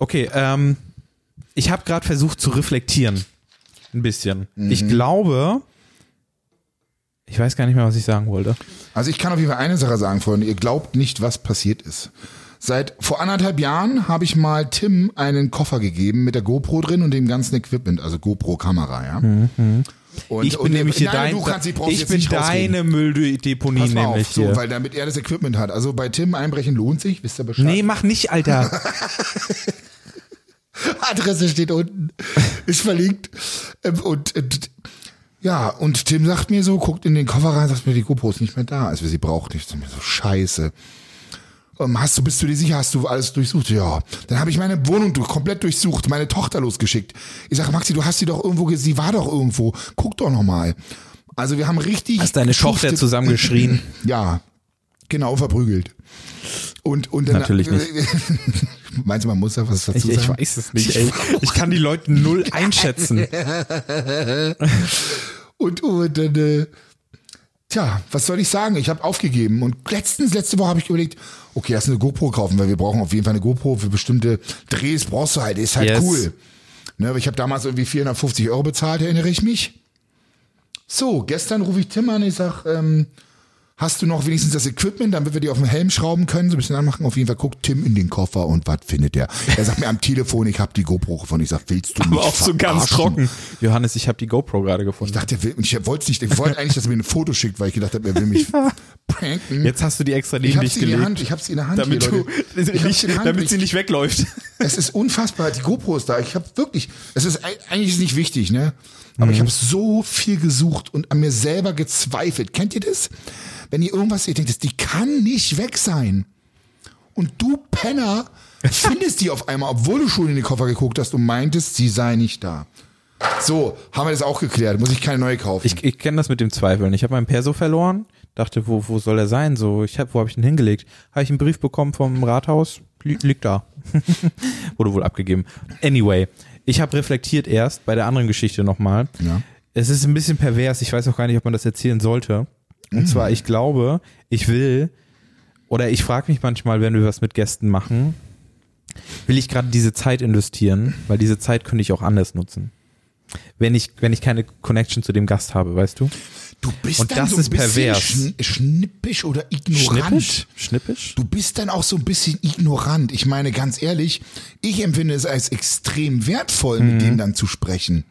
Speaker 2: Okay, ähm, ich habe gerade versucht zu reflektieren. Ein bisschen.
Speaker 1: Mhm.
Speaker 2: Ich glaube, ich weiß gar nicht mehr, was ich sagen wollte.
Speaker 1: Also ich kann auf jeden Fall eine Sache sagen, Freunde. Ihr glaubt nicht, was passiert ist. Seit vor anderthalb Jahren habe ich mal Tim einen Koffer gegeben mit der GoPro drin und dem ganzen Equipment, also GoPro-Kamera, ja. Und,
Speaker 2: Mhm, ich bin nämlich hier
Speaker 1: nein,
Speaker 2: dein,
Speaker 1: du kannst, ich brauchst
Speaker 2: ich
Speaker 1: jetzt
Speaker 2: bin
Speaker 1: nicht rausreden.
Speaker 2: deine Mülldeponie
Speaker 1: Pass mal
Speaker 2: nämlich
Speaker 1: auf, so,
Speaker 2: hier.
Speaker 1: weil damit er das Equipment hat. Also bei Tim einbrechen lohnt sich, wisst ihr Bescheid.
Speaker 2: Nee, mach nicht, Alter.
Speaker 1: Adresse steht unten, ist verlinkt. Ähm, Und, und ja, und Tim sagt mir so, guckt in den Koffer rein, sagt mir, die GoPro ist nicht mehr da, als wir sie braucht nicht. Ich so, scheiße. Ähm, Hast du, bist du dir sicher, hast du alles durchsucht? Ja. Dann habe ich meine Wohnung durch, komplett durchsucht, meine Tochter losgeschickt. Ich sage, Maxi, du hast sie doch irgendwo, ge- sie war doch irgendwo. Guck doch nochmal. Also wir haben richtig.
Speaker 2: Hast deine Tochter
Speaker 1: geschuftet-
Speaker 2: zusammengeschrien?
Speaker 1: Ja, genau, verprügelt. Und, und dann,
Speaker 2: Natürlich nicht.
Speaker 1: Meinst du, man muss da was dazu sagen?
Speaker 2: es nicht, ey. Ich kann die Leute null einschätzen.
Speaker 1: Und, und dann, äh, tja, was soll ich sagen? Ich habe aufgegeben. Und letztens, letzte Woche habe ich überlegt, okay, lass eine GoPro kaufen, weil wir brauchen auf jeden Fall eine GoPro für bestimmte Drehs brauchst du halt, ist halt
Speaker 2: Yes.
Speaker 1: cool. Ne, aber ich habe damals irgendwie 450 Euro bezahlt, erinnere ich mich. So, gestern rufe ich Tim an, ich sag, ähm, hast du noch wenigstens das Equipment, damit wir die auf den Helm schrauben können, so ein bisschen anmachen. Auf jeden Fall guckt Tim in den Koffer und was findet er? Er sagt mir am Telefon, ich habe die GoPro gefunden. Ich sag, willst du mich
Speaker 2: Aber auch so ganz
Speaker 1: verarschen?
Speaker 2: trocken. Johannes, ich habe die GoPro gerade
Speaker 1: Ich
Speaker 2: gefunden.
Speaker 1: dachte, er will, und ich wollte nicht, ich wollte eigentlich, dass er mir ein Foto schickt, weil ich gedacht habe, er will mich pranken.
Speaker 2: Jetzt hast du die extra
Speaker 1: ich
Speaker 2: neben
Speaker 1: hab's
Speaker 2: dich
Speaker 1: sie in der
Speaker 2: gelegt,
Speaker 1: Hand, ich hab's in der Hand.
Speaker 2: damit,
Speaker 1: hier,
Speaker 2: du,
Speaker 1: Leute. Ich hab's in der
Speaker 2: nicht,
Speaker 1: Hand.
Speaker 2: damit sie
Speaker 1: ich,
Speaker 2: nicht wegläuft.
Speaker 1: es ist unfassbar, die GoPro ist da. Ich habe wirklich, es ist ei- eigentlich ist es nicht wichtig, ne? Aber
Speaker 2: Mhm.
Speaker 1: ich habe so viel gesucht und an mir selber gezweifelt. Kennt ihr das? Wenn ihr irgendwas seht, denkt, ihr, die kann nicht weg sein. Und du Penner findest die auf einmal, obwohl du schon in den Koffer geguckt hast und meintest, sie sei nicht da. So, haben wir das auch geklärt. Muss ich keine neue kaufen.
Speaker 2: Ich, ich kenne das mit dem Zweifeln. Ich habe meinen Perso verloren, dachte, wo, wo soll er sein? So, ich hab, wo habe ich ihn hingelegt? Habe ich einen Brief bekommen vom Rathaus? Li liegt da. Wurde wohl abgegeben. Anyway, ich habe reflektiert erst bei der anderen Geschichte nochmal.
Speaker 1: Ja.
Speaker 2: Es ist ein bisschen pervers. Ich weiß auch gar nicht, ob man das erzählen sollte. Und zwar, ich glaube, ich will oder ich frage mich manchmal, wenn wir was mit Gästen machen, will ich gerade diese Zeit investieren, weil diese Zeit könnte ich auch anders nutzen. Wenn ich, wenn ich keine Connection zu dem Gast habe, weißt du?
Speaker 1: Du bist
Speaker 2: Und
Speaker 1: dann
Speaker 2: das
Speaker 1: so ein
Speaker 2: ist
Speaker 1: bisschen
Speaker 2: pervers.
Speaker 1: schn- schnippisch oder ignorant.
Speaker 3: Schnippisch?
Speaker 1: Du bist dann auch so ein bisschen ignorant. Ich meine, ganz ehrlich, ich empfinde es als extrem wertvoll,
Speaker 2: Mhm.
Speaker 1: mit dem dann zu sprechen.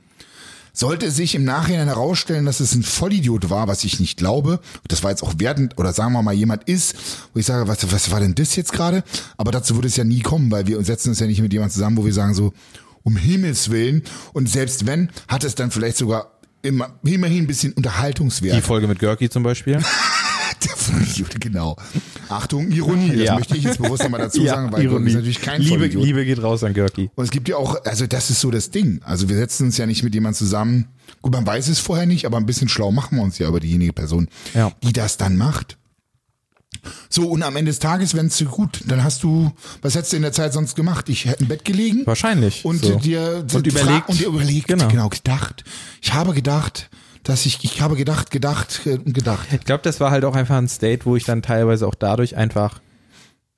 Speaker 1: Sollte sich im Nachhinein herausstellen, dass es ein Vollidiot war, was ich nicht glaube, das war jetzt auch wertend, oder sagen wir mal jemand ist, wo ich sage, was, was war denn das jetzt gerade? Aber dazu würde es ja nie kommen, weil wir setzen uns ja nicht mit jemandem zusammen, wo wir sagen so, um Himmels Willen. Und selbst wenn, hat es dann vielleicht sogar immer, immerhin ein bisschen Unterhaltungswert.
Speaker 2: Die Folge mit Görki zum Beispiel.
Speaker 1: Der Vollidiot, genau. Achtung, Ironie, das
Speaker 2: Ja.
Speaker 1: möchte ich jetzt bewusst nochmal dazu sagen, weil Ironie. ist natürlich kein
Speaker 2: Liebe,
Speaker 1: Vollidiot.
Speaker 2: Liebe geht raus an Görki.
Speaker 1: Und es gibt ja auch, also das ist so das Ding. Also wir setzen uns ja nicht mit jemandem zusammen. Gut, man weiß es vorher nicht, aber ein bisschen schlau machen wir uns ja über diejenige Person,
Speaker 2: Ja.
Speaker 1: die das dann macht. So, und am Ende des Tages, wenn es dir gut, dann hast du, was hättest du in der Zeit sonst gemacht? Ich hätte im Bett gelegen.
Speaker 2: Wahrscheinlich.
Speaker 1: Und
Speaker 2: so.
Speaker 1: dir
Speaker 2: Und
Speaker 1: fra-
Speaker 2: überlegt.
Speaker 1: und dir überlegt,
Speaker 2: Genau.
Speaker 1: genau. gedacht. Ich habe gedacht, dass ich, ich habe gedacht, gedacht äh, und gedacht.
Speaker 2: Ich glaube, das war halt auch einfach ein State, wo ich dann teilweise auch dadurch einfach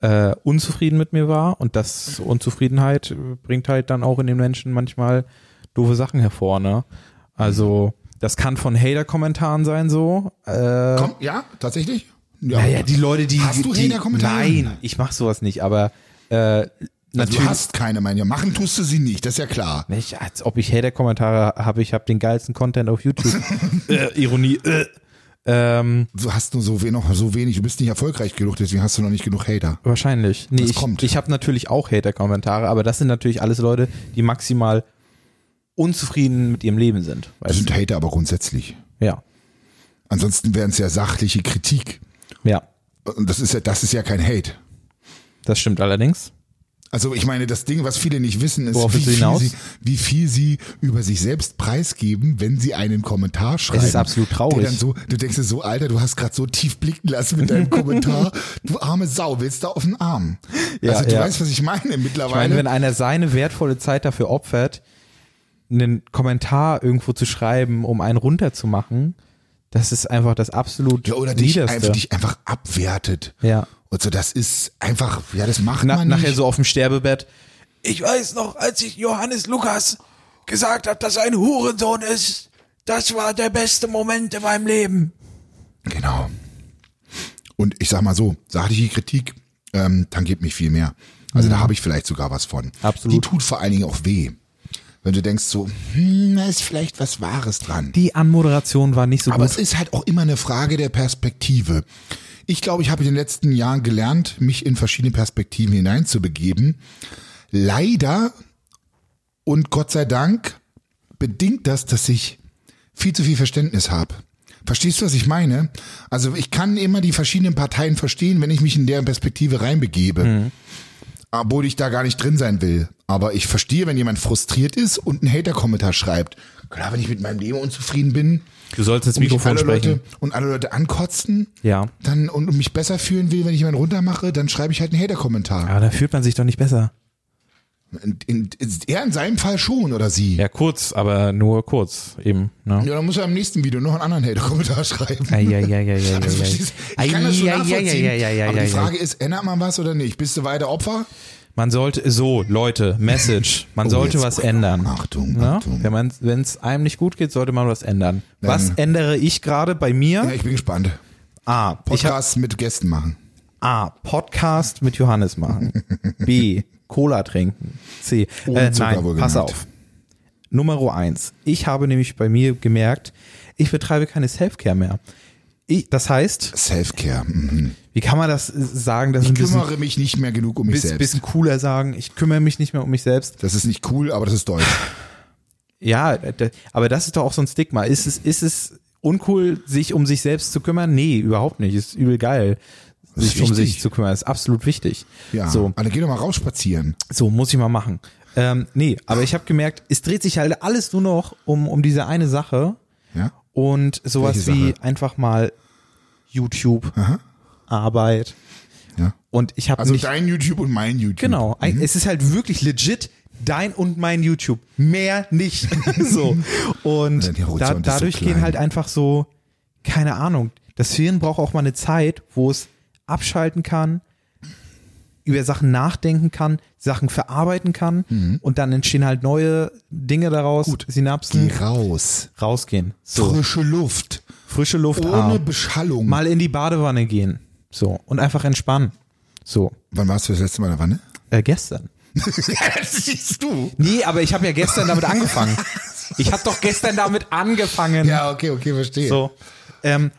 Speaker 2: äh, unzufrieden mit mir war und das Unzufriedenheit äh, bringt halt dann auch in den Menschen manchmal doofe Sachen hervor, ne? Also das kann von Hater-Kommentaren sein so. Äh,
Speaker 1: Komm, ja, tatsächlich? Ja.
Speaker 2: naja, die Leute, die
Speaker 1: Hast du
Speaker 2: die,
Speaker 1: Hater-Kommentare?
Speaker 2: Nein, ich mach sowas nicht, aber äh,
Speaker 1: Also
Speaker 2: natürlich
Speaker 1: Du hast keine Meinung. Machen tust du sie nicht, das ist ja klar.
Speaker 2: nicht, als ob ich Hater-Kommentare habe. Ich habe den geilsten Content auf YouTube. äh, Ironie. Äh. Ähm,
Speaker 1: Du hast nur so, we noch so wenig, du bist nicht erfolgreich genug, deswegen hast du noch nicht genug Hater.
Speaker 2: Wahrscheinlich. Nee,
Speaker 1: Das
Speaker 2: ich,
Speaker 1: kommt.
Speaker 2: ich habe natürlich auch Hater-Kommentare, aber das sind natürlich alles Leute, die maximal unzufrieden mit ihrem Leben sind.
Speaker 1: Das
Speaker 2: Weißt
Speaker 1: sind Hater aber grundsätzlich.
Speaker 2: du? Ja.
Speaker 1: Ansonsten wären es ja sachliche Kritik.
Speaker 2: Ja.
Speaker 1: Und das ist ja, das ist ja kein Hate.
Speaker 2: Das stimmt allerdings.
Speaker 1: Also ich meine, das Ding, was viele nicht wissen, ist,
Speaker 2: Worauf
Speaker 1: wie
Speaker 2: willst du
Speaker 1: viel,
Speaker 2: hinaus?
Speaker 1: sie, wie viel sie über sich selbst preisgeben, wenn sie einen Kommentar schreiben.
Speaker 2: absolut traurig.
Speaker 1: Der Dann so, du denkst dir so, Alter, du hast gerade so tief blicken lassen mit deinem Kommentar. Du arme Sau, willst da auf den Arm.
Speaker 2: Ja,
Speaker 1: also du
Speaker 2: ja.
Speaker 1: weißt, was ich meine
Speaker 2: Ich meine,
Speaker 1: mittlerweile.
Speaker 2: wenn einer seine wertvolle Zeit dafür opfert, einen Kommentar irgendwo zu schreiben, um einen runterzumachen, das ist einfach das absolut
Speaker 1: ja, oder dich,
Speaker 2: Niederste.
Speaker 1: einfach, dich einfach abwertet.
Speaker 2: Ja.
Speaker 1: Und so, das ist einfach, ja, das macht
Speaker 2: Na,
Speaker 1: man
Speaker 2: nachher
Speaker 1: nicht.
Speaker 2: so auf dem Sterbebett.
Speaker 3: Ich weiß noch, als ich Johannes Lukas gesagt habe, dass er ein Hurensohn ist. Das war der beste Moment in meinem Leben.
Speaker 1: Genau. Und ich sag mal so, sachliche Kritik ähm, tangiert mich viel mehr. Also da habe ich vielleicht sogar was von.
Speaker 2: Absolut.
Speaker 1: Die tut vor allen Dingen auch weh. Wenn du denkst so, hm, da ist vielleicht was Wahres dran.
Speaker 2: Die Anmoderation war nicht so
Speaker 1: Aber
Speaker 2: gut.
Speaker 1: es ist halt auch immer eine Frage der Perspektive. Ich glaube, ich habe in den letzten Jahren gelernt, mich in verschiedene Perspektiven hineinzubegeben. Leider und Gott sei Dank bedingt das, dass ich viel zu viel Verständnis habe. Verstehst du, was ich meine? Also ich kann immer die verschiedenen Parteien verstehen, wenn ich mich in deren Perspektive reinbegebe. Obwohl ich da gar nicht drin sein will. Aber ich verstehe, wenn jemand frustriert ist und einen Hater-Kommentar schreibt. Klar, wenn ich mit meinem Leben unzufrieden bin,
Speaker 2: Du sollst ins
Speaker 1: und mich alle Leute, und alle Leute ankotzen
Speaker 2: Ja.
Speaker 1: dann, und mich besser fühlen will, wenn ich jemanden runtermache, dann schreibe ich halt einen Hater-Kommentar.
Speaker 2: Aber da fühlt man sich doch nicht besser.
Speaker 1: In- in- Er in seinem Fall schon, oder sie. Ja.
Speaker 2: Ja, kurz, aber nur kurz eben. Ne?
Speaker 1: dann muss er im nächsten Video noch einen anderen Hater-Kommentar schreiben. Also, verstehst du, ich kann das schon nachvollziehen, aber die Frage ist, ändert man was oder nicht? Bist du weiter Opfer?
Speaker 2: Man sollte, so, Leute, Message, man
Speaker 1: Oh,
Speaker 2: sollte
Speaker 1: jetzt-
Speaker 2: was ändern.
Speaker 1: Achtung,
Speaker 2: Ja?
Speaker 1: Achtung.
Speaker 2: Wenn man, wenn es einem nicht gut geht, sollte man was ändern. Was ändere ich gerade bei
Speaker 1: Ja,
Speaker 2: mir?
Speaker 1: ich bin gespannt.
Speaker 2: A. Ich hab,
Speaker 1: Podcasts mit Gästen machen.
Speaker 2: A. Podcast mit Johannes machen. B. Cola trinken. C.
Speaker 1: Ohne
Speaker 2: Äh,
Speaker 1: Zucker
Speaker 2: nein,
Speaker 1: wohlgemerkt.
Speaker 2: pass auf. Nummer eins. Ich habe nämlich bei mir gemerkt, ich betreibe keine Selfcare mehr. Ich, das heißt,
Speaker 1: Selfcare. Mhm.
Speaker 2: wie kann man das äh, sagen, dass es ein
Speaker 1: Ich
Speaker 2: bisschen
Speaker 1: kümmere mich nicht mehr genug um mich
Speaker 2: bis,
Speaker 1: selbst.
Speaker 2: bisschen cooler sagen, ich kümmere mich nicht mehr um mich selbst.
Speaker 1: das ist nicht cool, aber das ist deutsch.
Speaker 2: Ja, d- aber das ist doch auch so ein Stigma. Ist es, ist es uncool, sich um sich selbst zu kümmern? Nee, überhaupt nicht. Ist übel geil,
Speaker 1: ist
Speaker 2: sich um sich
Speaker 1: wichtig.
Speaker 2: zu kümmern. Ist absolut wichtig.
Speaker 1: Ja.
Speaker 2: So,
Speaker 1: Aber dann geh doch mal raus spazieren.
Speaker 2: so muss ich mal machen. Ähm, nee, aber ich habe gemerkt, es dreht sich halt alles nur noch um, um diese eine Sache
Speaker 1: Ja?
Speaker 2: und sowas
Speaker 1: Welche
Speaker 2: wie
Speaker 1: Sache?
Speaker 2: einfach mal YouTube, Arbeit.
Speaker 1: Ja.
Speaker 2: Und ich habe
Speaker 1: Also
Speaker 2: nicht
Speaker 1: dein YouTube und mein YouTube.
Speaker 2: Genau. Ein- Es ist halt wirklich legit dein und mein YouTube. Mehr nicht. so. Und
Speaker 1: Der Horizont
Speaker 2: da,
Speaker 1: ist so
Speaker 2: dadurch
Speaker 1: klein.
Speaker 2: gehen halt einfach so, keine Ahnung. Das Hirn braucht auch mal eine Zeit, wo es abschalten kann, über Sachen nachdenken kann, Sachen verarbeiten kann
Speaker 1: Mhm.
Speaker 2: und dann entstehen halt neue Dinge daraus, Synapsen,
Speaker 1: Geh raus.
Speaker 2: rausgehen. So,
Speaker 1: Frische Luft.
Speaker 2: frische Luft,
Speaker 1: Ohne
Speaker 2: ah,
Speaker 1: Beschallung.
Speaker 2: mal in die Badewanne gehen. So, und einfach entspannen. So,
Speaker 1: Wann warst du das letzte Mal in der Wanne?
Speaker 2: äh, gestern.
Speaker 1: das siehst du.
Speaker 2: Nee, aber ich habe ja gestern damit angefangen. Ich habe doch gestern damit angefangen.
Speaker 1: Ja, okay, okay, verstehe.
Speaker 2: So. Ähm,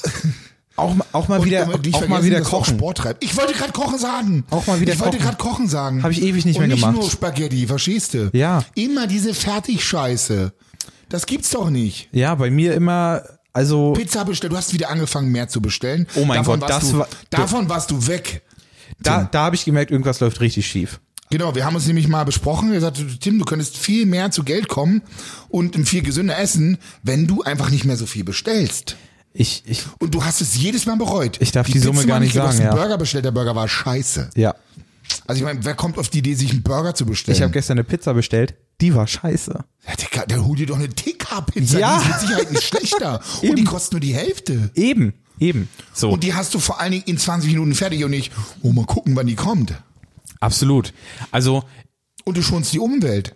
Speaker 2: auch, ma- auch mal
Speaker 1: Und
Speaker 2: wieder,
Speaker 1: immer nicht
Speaker 2: auch mal
Speaker 1: vergessen,
Speaker 2: wieder
Speaker 1: dass du auch
Speaker 2: kochen.
Speaker 1: Sport treibt. Ich wollte gerade kochen sagen.
Speaker 2: Auch mal wieder
Speaker 1: Ich wollte
Speaker 2: kochen.
Speaker 1: gerade kochen sagen.
Speaker 2: Hab ich ewig nicht
Speaker 1: Und
Speaker 2: mehr gemacht.
Speaker 1: Nicht nur Spaghetti, verstehst du?
Speaker 2: Ja.
Speaker 1: Immer diese Fertigscheiße. Das gibt's doch nicht.
Speaker 2: Ja, bei mir immer, also
Speaker 1: Pizza bestellt. Du hast wieder angefangen, mehr zu bestellen.
Speaker 2: Oh mein
Speaker 1: davon
Speaker 2: Gott,
Speaker 1: warst
Speaker 2: das
Speaker 1: du,
Speaker 2: war-
Speaker 1: davon warst du weg.
Speaker 2: da, da habe ich gemerkt, irgendwas läuft richtig schief.
Speaker 1: Genau, wir haben uns nämlich mal besprochen. Er sagte, Tim, du könntest viel mehr zu Geld kommen und viel gesünder essen, wenn du einfach nicht mehr so viel bestellst.
Speaker 2: Ich, ich,
Speaker 1: Und du hast es jedes Mal bereut.
Speaker 2: Ich darf die Summe
Speaker 1: Pizza
Speaker 2: gar
Speaker 1: war
Speaker 2: nicht
Speaker 1: gut, du hast
Speaker 2: sagen,
Speaker 1: einen
Speaker 2: ja.
Speaker 1: Burger bestellt, der Burger war scheiße.
Speaker 2: ja.
Speaker 1: Also ich meine, wer kommt auf die Idee, sich einen Burger zu bestellen?
Speaker 2: Ich habe gestern eine Pizza bestellt, die war scheiße.
Speaker 1: Ja, Digga, dann hol dir doch eine TK-Pizza.
Speaker 2: Ja.
Speaker 1: Die ist mit Sicherheit nicht schlechter.
Speaker 2: Eben.
Speaker 1: Und die kostet nur die Hälfte.
Speaker 2: Eben, eben. So.
Speaker 1: Und die hast du vor allen Dingen in 20 Minuten fertig und nicht, oh, mal gucken, wann die kommt.
Speaker 2: Absolut. Also
Speaker 1: Und du schonst die Umwelt.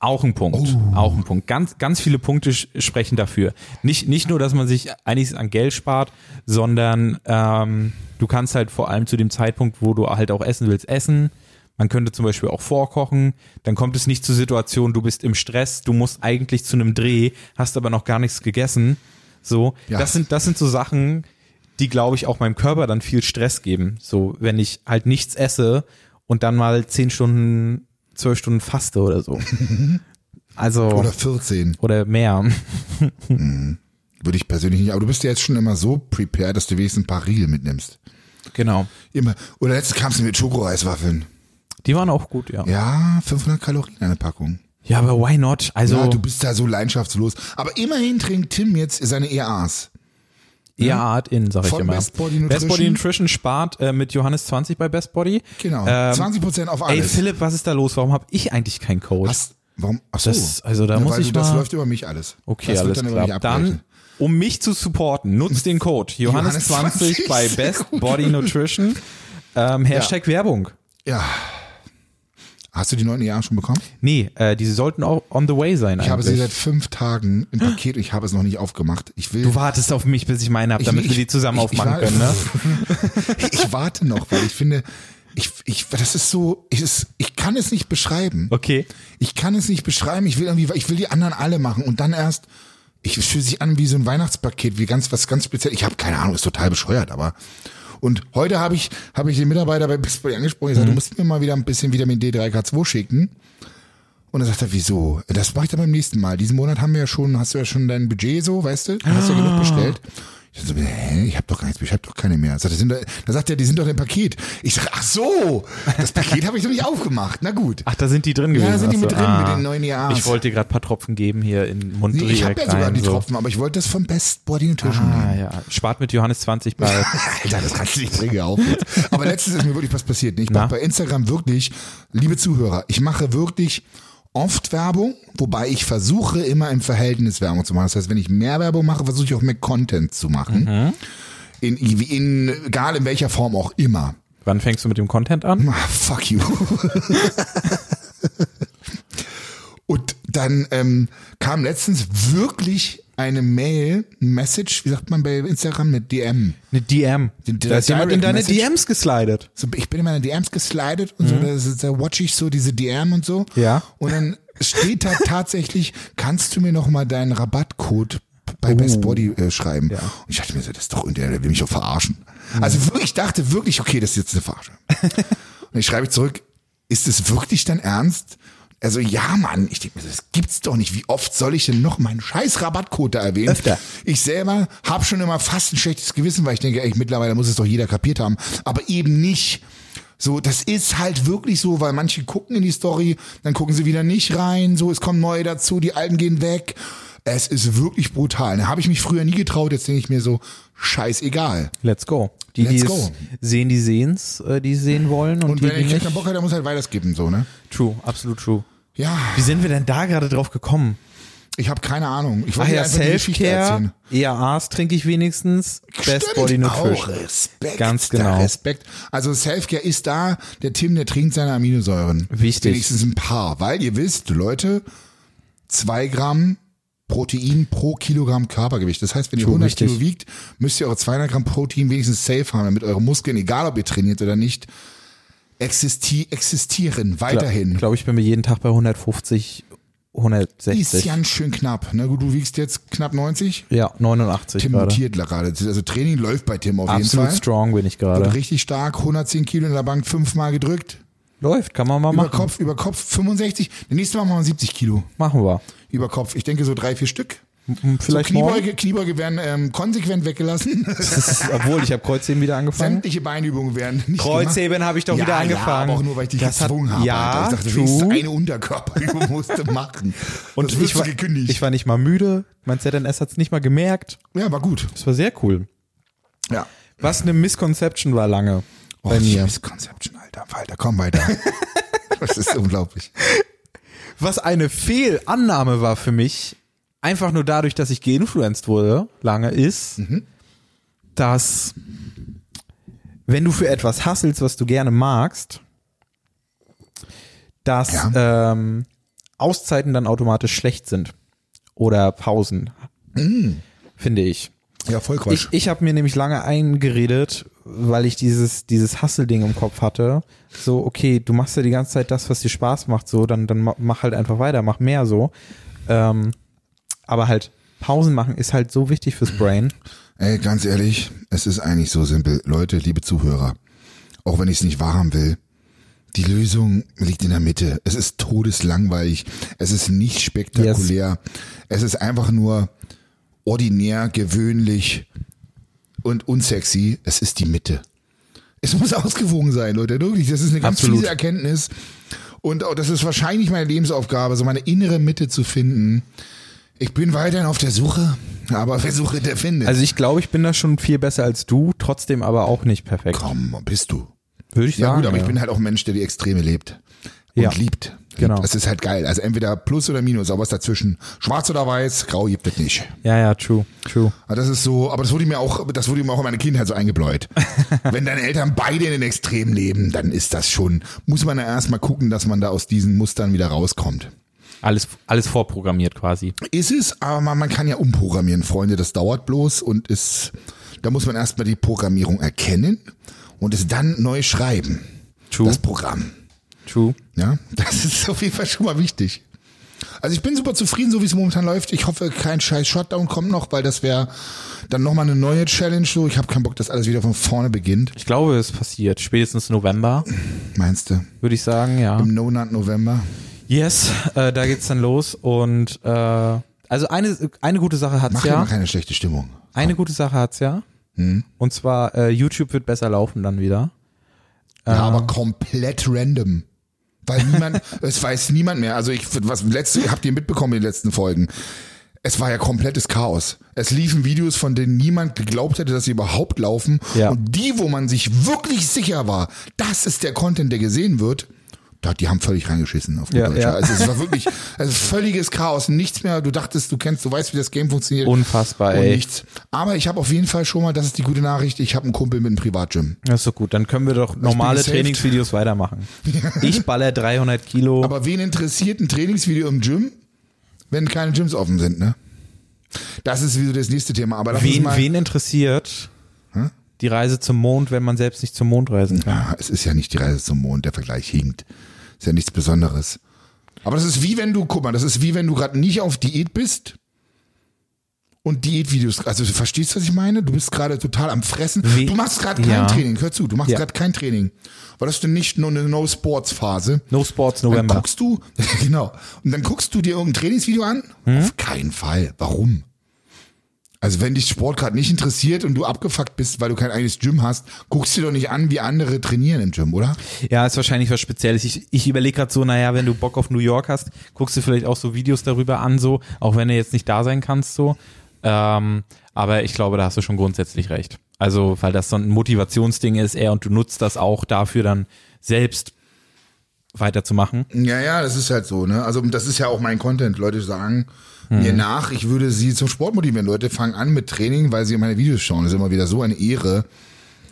Speaker 2: auch ein Punkt. Auch ein Punkt. Ganz, ganz viele Punkte sch- sprechen dafür. Nicht, nicht nur, dass man sich einiges an Geld spart, sondern ähm, du kannst halt vor allem zu dem Zeitpunkt, wo du halt auch essen willst, essen. Man könnte zum Beispiel auch vorkochen, dann kommt es nicht zur Situation, du bist im Stress, du musst eigentlich zu einem Dreh, hast aber noch gar nichts gegessen. So,
Speaker 1: Ja.
Speaker 2: das sind, das sind so Sachen, die, glaube ich, auch meinem Körper dann viel Stress geben. So, wenn ich halt nichts esse und dann mal zehn Stunden, zwölf Stunden faste oder so. Also,
Speaker 1: Oder
Speaker 2: oder,
Speaker 1: 14.
Speaker 2: mehr.
Speaker 1: Würde ich persönlich nicht. Aber du bist ja jetzt schon immer so prepared, dass du wenigstens ein paar Riegel mitnimmst.
Speaker 2: Genau.
Speaker 1: Immer. Oder letztens kamst du mit Schokoeiswaffeln.
Speaker 2: Die waren auch gut, ja. Ja,
Speaker 1: Ja, 500 Kalorien eine Packung.
Speaker 2: aber why not? Also,
Speaker 1: Ja, du bist da so leidenschaftslos. Aber immerhin trinkt Tim jetzt seine E EAs.
Speaker 2: eher Art in, sag ich
Speaker 1: Von
Speaker 2: immer.
Speaker 1: ne? Best Body Nutrition.
Speaker 2: Best Body Nutrition spart äh, mit Johannes 20 bei Best Body.
Speaker 1: Genau.
Speaker 2: Ähm,
Speaker 1: 20 Prozent auf
Speaker 2: Ey,
Speaker 1: alles.
Speaker 2: Philipp, was ist da los? Warum habe ich eigentlich keinen Code?
Speaker 1: Was? Warum? Ach so.
Speaker 2: Das- also da muss
Speaker 1: weil
Speaker 2: ich
Speaker 1: du, das
Speaker 2: mal-
Speaker 1: läuft über mich alles.
Speaker 2: Okay,
Speaker 1: das
Speaker 2: alles
Speaker 1: wird dann über mich
Speaker 2: klar.
Speaker 1: abgerechnet.
Speaker 2: Dann, um mich zu supporten, nutzt den Code
Speaker 1: Johannes
Speaker 2: Johannes20 bei
Speaker 1: 20.
Speaker 2: Best Body Nutrition. Ähm, Hashtag Werbung.
Speaker 1: Ja. Hast du die neuen EA schon bekommen?
Speaker 2: Nee, äh, die sollten auch on the way sein.
Speaker 1: Ich habe sie
Speaker 2: eigentlich.
Speaker 1: seit fünf Tagen im Paket und ich habe es noch nicht aufgemacht. Ich will.
Speaker 2: du wartest auf mich, bis ich meine habe,
Speaker 1: ich,
Speaker 2: damit
Speaker 1: ich-
Speaker 2: wir die zusammen
Speaker 1: ich-
Speaker 2: aufmachen
Speaker 1: ich,
Speaker 2: können. Ne?
Speaker 1: ich warte noch, weil ich finde, ich, ich, das ist so, ich, ist, ich kann es nicht beschreiben.
Speaker 2: Okay.
Speaker 1: Ich kann es nicht beschreiben. Ich will irgendwie, ich will die anderen alle machen und dann erst. Ich es fühlt sich an wie so ein Weihnachtspaket, wie ganz was ganz speziell. Ich habe keine Ahnung, ist total bescheuert, aber. Und heute habe ich habe ich den Mitarbeiter bei Best Boy angesprochen. Ich sagte, du musst mir mal wieder ein bisschen Vitamin D3 K2 schicken. Und er sagte, wieso? Das mache ich dann beim nächsten Mal. Diesen Monat haben wir ja schon, hast du ja schon dein Budget so, weißt du? Hast ja genug bestellt. Ich so, hä, ich habe doch gar nichts, ich habe doch keine mehr. Sagt, er, sind da, da sagt er, die sind doch im Paket. Ich sage, ach so, das Paket habe ich noch nicht aufgemacht. Na gut.
Speaker 2: Ach, da sind die drin gewesen.
Speaker 1: Ja, da sind die mit
Speaker 2: Ach so,
Speaker 1: drin, mit
Speaker 2: ah.
Speaker 1: den neuen EAs.
Speaker 2: Ich wollte dir gerade paar Tropfen geben hier in den Mund.
Speaker 1: Nee, ich habe
Speaker 2: direkt
Speaker 1: ja sogar
Speaker 2: rein,
Speaker 1: die
Speaker 2: so.
Speaker 1: Tropfen, aber ich wollte das vom Best Body Nutrition nehmen.
Speaker 2: Ah, ja. Spart mit Johannes20 bei.
Speaker 1: Alter, das kannst du nicht bringen, auf. jetzt. Aber letztens ist mir wirklich was passiert. ne? Ich mache bei Instagram wirklich, liebe Zuhörer, ich mache wirklich oft Werbung, wobei ich versuche immer im Verhältnis Werbung zu machen. Das heißt, wenn ich mehr Werbung mache, versuche ich auch mehr Content zu machen. In, in, egal in welcher Form auch immer.
Speaker 2: Wann fängst du mit dem Content an?
Speaker 1: Ah, fuck you. Und dann ähm, kam letztens wirklich eine Mail, ein Message, wie sagt man bei Instagram, eine DM.
Speaker 2: Eine DM.
Speaker 1: Die- die-
Speaker 2: Da ist jemand in
Speaker 1: Direct
Speaker 2: deine
Speaker 1: Message.
Speaker 2: DMs geslidet.
Speaker 1: So, ich bin in meine DMs geslidet und so, da, ist- da watch ich so diese DM und so.
Speaker 2: Ja.
Speaker 1: Und dann steht da tatsächlich, kannst du mir noch mal deinen Rabattcode bei Best Body äh, schreiben? Ja. Und ich dachte mir so, das ist doch, der will mich doch verarschen. Also wirklich, ich dachte wirklich, okay, das ist jetzt eine Verarsche. Und ich schreibe zurück, ist es wirklich dein Ernst? Also ja, Mann, ich denke mir, so, das gibt's doch nicht. Wie oft soll ich denn noch meinen scheiß Rabattcode da erwähnen?
Speaker 2: Öfter.
Speaker 1: Ich selber habe schon immer fast ein schlechtes Gewissen, weil ich denke, ey, mittlerweile muss es doch jeder kapiert haben. Aber eben nicht. So, das ist halt wirklich so, weil manche gucken in die Story, dann gucken sie wieder nicht rein, so, es kommen neue dazu, die alten gehen weg. Es ist wirklich brutal. Da habe ich mich früher nie getraut, jetzt denke ich mir so, scheißegal.
Speaker 2: Let's go. Die,
Speaker 1: Let's
Speaker 2: die
Speaker 1: go.
Speaker 2: es sehen, die sehen's, äh, die sehen wollen und,
Speaker 1: Und
Speaker 2: die,
Speaker 1: wenn
Speaker 2: die
Speaker 1: er
Speaker 2: nicht.
Speaker 1: keinen Bock hat, dann muss er halt weitergeben, so, ne?
Speaker 2: True, absolut true.
Speaker 1: Ja.
Speaker 2: Wie sind wir denn da gerade drauf gekommen?
Speaker 1: Ich habe keine Ahnung. Ich
Speaker 2: Ach
Speaker 1: wollte dir
Speaker 2: Ah ja,
Speaker 1: einfach die Geschichte erzählen.
Speaker 2: Self-Care, EAAs trinke ich wenigstens, Best
Speaker 1: Stimmt.
Speaker 2: Body
Speaker 1: Oh,
Speaker 2: Nutrition.
Speaker 1: Respekt.
Speaker 2: Ganz
Speaker 1: Da
Speaker 2: genau.
Speaker 1: Respekt. Also Selfcare ist da, der Tim, der trinkt seine Aminosäuren.
Speaker 2: Wichtig.
Speaker 1: Wenigstens ein paar, weil ihr wisst, Leute, zwei Gramm Protein pro Kilogramm Körpergewicht. Das heißt, wenn ihr 100
Speaker 2: richtig.
Speaker 1: Kilo wiegt, müsst ihr eure 200 Gramm Protein wenigstens safe haben, damit eure Muskeln, egal ob ihr trainiert oder nicht, existi existieren weiterhin.
Speaker 2: Ich glaube, ich bin mir jeden Tag bei 150, 160.
Speaker 1: Ist ganz schön knapp. Na gut, du wiegst jetzt knapp 90.
Speaker 2: ja, 89
Speaker 1: Tim
Speaker 2: gerade.
Speaker 1: notiert gerade. Also Training läuft bei Tim auf
Speaker 2: Absolut
Speaker 1: jeden Fall.
Speaker 2: strong bin ich
Speaker 1: Wird
Speaker 2: gerade.
Speaker 1: richtig stark, 110 Kilo in der Bank, fünfmal gedrückt.
Speaker 2: Läuft, kann man mal
Speaker 1: Über
Speaker 2: machen.
Speaker 1: Kopf, über Kopf 65. Das nächste Mal machen wir 70 Kilo
Speaker 2: Machen wir.
Speaker 1: über Kopf. Ich denke so drei, vier Stück.
Speaker 2: Hm, Vielleicht
Speaker 1: so
Speaker 2: morgen.
Speaker 1: Kniebeuge, Kniebeuge werden ähm, konsequent weggelassen.
Speaker 2: Das ist, obwohl, ich habe Kreuzheben wieder angefangen.
Speaker 1: Sämtliche Beinübungen werden nicht gemacht.
Speaker 2: Kreuzheben habe ich doch
Speaker 1: ja,
Speaker 2: wieder
Speaker 1: Ja,
Speaker 2: angefangen.
Speaker 1: aber auch nur, weil ich dich
Speaker 2: Das hat-
Speaker 1: gezwungen habe.
Speaker 2: Ja,
Speaker 1: Alter. ich dachte,
Speaker 2: true.
Speaker 1: wenigstens eine Unterkörperübung musste machen.
Speaker 2: Und
Speaker 1: das wirst
Speaker 2: ich,
Speaker 1: du
Speaker 2: war,
Speaker 1: gekündigt.
Speaker 2: ich war nicht mal müde. Mein ZNS hat es nicht mal gemerkt.
Speaker 1: ja, war gut.
Speaker 2: Das war sehr cool.
Speaker 1: Ja.
Speaker 2: Was eine Misconception war lange bei
Speaker 1: Och,
Speaker 2: mir.
Speaker 1: Misconception, Alter. Alter, komm weiter. das ist unglaublich.
Speaker 2: Was eine Fehlannahme war für mich, einfach nur dadurch, dass ich geinfluenced wurde, lange ist,
Speaker 1: Mhm.
Speaker 2: dass wenn du für etwas hasselst, was du gerne magst, dass ähm, Auszeiten dann automatisch schlecht sind. Oder Pausen.
Speaker 1: Mhm.
Speaker 2: Finde ich.
Speaker 1: Ja, voll Quatsch.
Speaker 2: Ich, ich habe mir nämlich lange eingeredet, weil ich dieses, dieses Hustle-Ding im Kopf hatte. So, okay, du machst ja die ganze Zeit das, was dir Spaß macht, so, dann, dann ma- mach halt einfach weiter, mach mehr so. Ähm, aber halt, Pausen machen ist halt so wichtig fürs Brain.
Speaker 1: Ey, ganz ehrlich, es ist eigentlich so simpel. Leute, liebe Zuhörer, auch wenn ich es nicht wahrhaben will, die Lösung liegt in der Mitte. Es ist todeslangweilig. Es ist nicht spektakulär. Es ist einfach nur ordinär, gewöhnlich und unsexy. Es ist die Mitte. Es muss ausgewogen sein, Leute. Wirklich, das ist eine ganz
Speaker 2: Absolut.
Speaker 1: fiese Erkenntnis. Und auch, das ist wahrscheinlich meine Lebensaufgabe, so meine innere Mitte zu finden. Ich bin weiterhin auf der Suche, aber wer Suche, der findet.
Speaker 2: Also ich glaube, ich bin da schon viel besser als du, trotzdem aber auch nicht perfekt.
Speaker 1: Komm, bist du.
Speaker 2: Würde ich
Speaker 1: Ja,
Speaker 2: sagen.
Speaker 1: gut, aber ich bin halt auch ein Mensch, der die Extreme lebt. Und
Speaker 2: Ja.
Speaker 1: liebt.
Speaker 2: Genau.
Speaker 1: Das ist halt geil. Also entweder Plus oder Minus, aber was dazwischen. Schwarz oder weiß, grau gibt es nicht.
Speaker 2: ja, ja, true, true.
Speaker 1: Aber das ist so, aber das wurde mir auch, das wurde mir auch in meiner Kindheit so eingebläut. Wenn deine Eltern beide in den Extremen leben, dann ist das schon, muss man ja erstmal gucken, dass man da aus diesen Mustern wieder rauskommt.
Speaker 4: Alles, alles vorprogrammiert quasi.
Speaker 1: Ist es, aber man, man kann ja umprogrammieren, Freunde. Das dauert bloß und ist, da muss man erstmal die Programmierung erkennen und es dann neu schreiben.
Speaker 2: True.
Speaker 1: Das Programm.
Speaker 2: True.
Speaker 1: Ja, das ist auf jeden Fall schon mal wichtig. Also ich bin super zufrieden, so wie es momentan läuft. Ich hoffe, kein scheiß Shutdown kommt noch, weil das wäre dann nochmal eine neue Challenge. So, ich habe keinen Bock, dass alles wieder von vorne beginnt.
Speaker 4: Ich glaube, es passiert spätestens November,
Speaker 1: Meinst du?
Speaker 2: Würde ich sagen, ja.
Speaker 1: Im No-Nut November.
Speaker 2: Yes, äh, da geht's dann los und äh, also eine, eine gute Sache hat's
Speaker 1: Mach Mhm. dir
Speaker 2: ja.
Speaker 1: mal keine schlechte Stimmung.
Speaker 2: Eine gute Sache hat's ja. Und zwar äh, YouTube wird besser laufen dann wieder.
Speaker 1: Ja, aber komplett random. Weil niemand, es weiß niemand mehr. Also ich, was letzte, habt ihr mitbekommen in den letzten Folgen? Es war ja komplettes Chaos. Es liefen Videos, von denen niemand geglaubt hätte, dass sie überhaupt laufen.
Speaker 2: Ja.
Speaker 1: Und die, wo man sich wirklich sicher war, das ist der Content, der gesehen wird, da, die haben völlig reingeschissen auf die
Speaker 2: Ja,
Speaker 1: Deutsche.
Speaker 2: ja.
Speaker 1: Also es war wirklich also völliges Chaos. Nichts mehr. Du dachtest, du kennst, du weißt, wie das Game funktioniert.
Speaker 2: Unfassbar,
Speaker 1: und
Speaker 2: ey.
Speaker 1: nichts. Aber ich habe auf jeden Fall schon mal, das ist die gute Nachricht, ich habe einen Kumpel mit einem Privatgym.
Speaker 2: Das ist doch gut. Dann können wir doch normale
Speaker 1: Also gesaved.
Speaker 2: Trainingsvideos weitermachen. Ich baller 300 Kilo.
Speaker 1: Aber wen interessiert ein Trainingsvideo im Gym, wenn keine Gyms offen sind, ne? Das ist wieder das nächste Thema. Aber lass uns
Speaker 2: wen,
Speaker 1: mal.
Speaker 2: wen interessiert die Reise zum Mond, wenn man selbst nicht zum Mond reisen kann?
Speaker 1: Ah, es ist ja nicht die Reise zum Mond, der Vergleich hinkt. Ist ja nichts Besonderes. Aber das ist wie wenn du, guck mal, das ist wie wenn du gerade nicht auf Diät bist und Diätvideos. Also verstehst du, was ich meine? Du bist gerade total am Fressen.
Speaker 2: Wie-
Speaker 1: Du machst gerade kein
Speaker 2: Ja.
Speaker 1: Training. Hör zu, du machst
Speaker 2: Ja.
Speaker 1: gerade kein Training. War das denn nicht nur eine No-Sports-Phase?
Speaker 2: No Sports
Speaker 1: Dann
Speaker 2: November.
Speaker 1: guckst du, genau, und dann guckst du dir irgendein Trainingsvideo an? Auf keinen Fall. Warum? Also wenn dich Sport gerade nicht interessiert und du abgefuckt bist, weil du kein eigenes Gym hast, guckst du dir doch nicht an, wie andere trainieren im Gym, oder?
Speaker 2: Ja, ist wahrscheinlich was Spezielles. Ich, ich überlege gerade so, naja, wenn du Bock auf New York hast, guckst du vielleicht auch so Videos darüber an, so, auch wenn du jetzt nicht da sein kannst, so. Ähm, aber ich glaube, da hast du schon grundsätzlich recht. Also, weil das so ein Motivationsding ist, eher und du nutzt das auch dafür dann selbst weiterzumachen.
Speaker 1: Ja, ja, das ist halt so, ne? Also das ist ja auch mein Content. Leute sagen mir nach, ich würde sie zum Sport motivieren. Leute fangen an mit Training, weil sie meine Videos schauen. Das ist immer wieder so eine Ehre.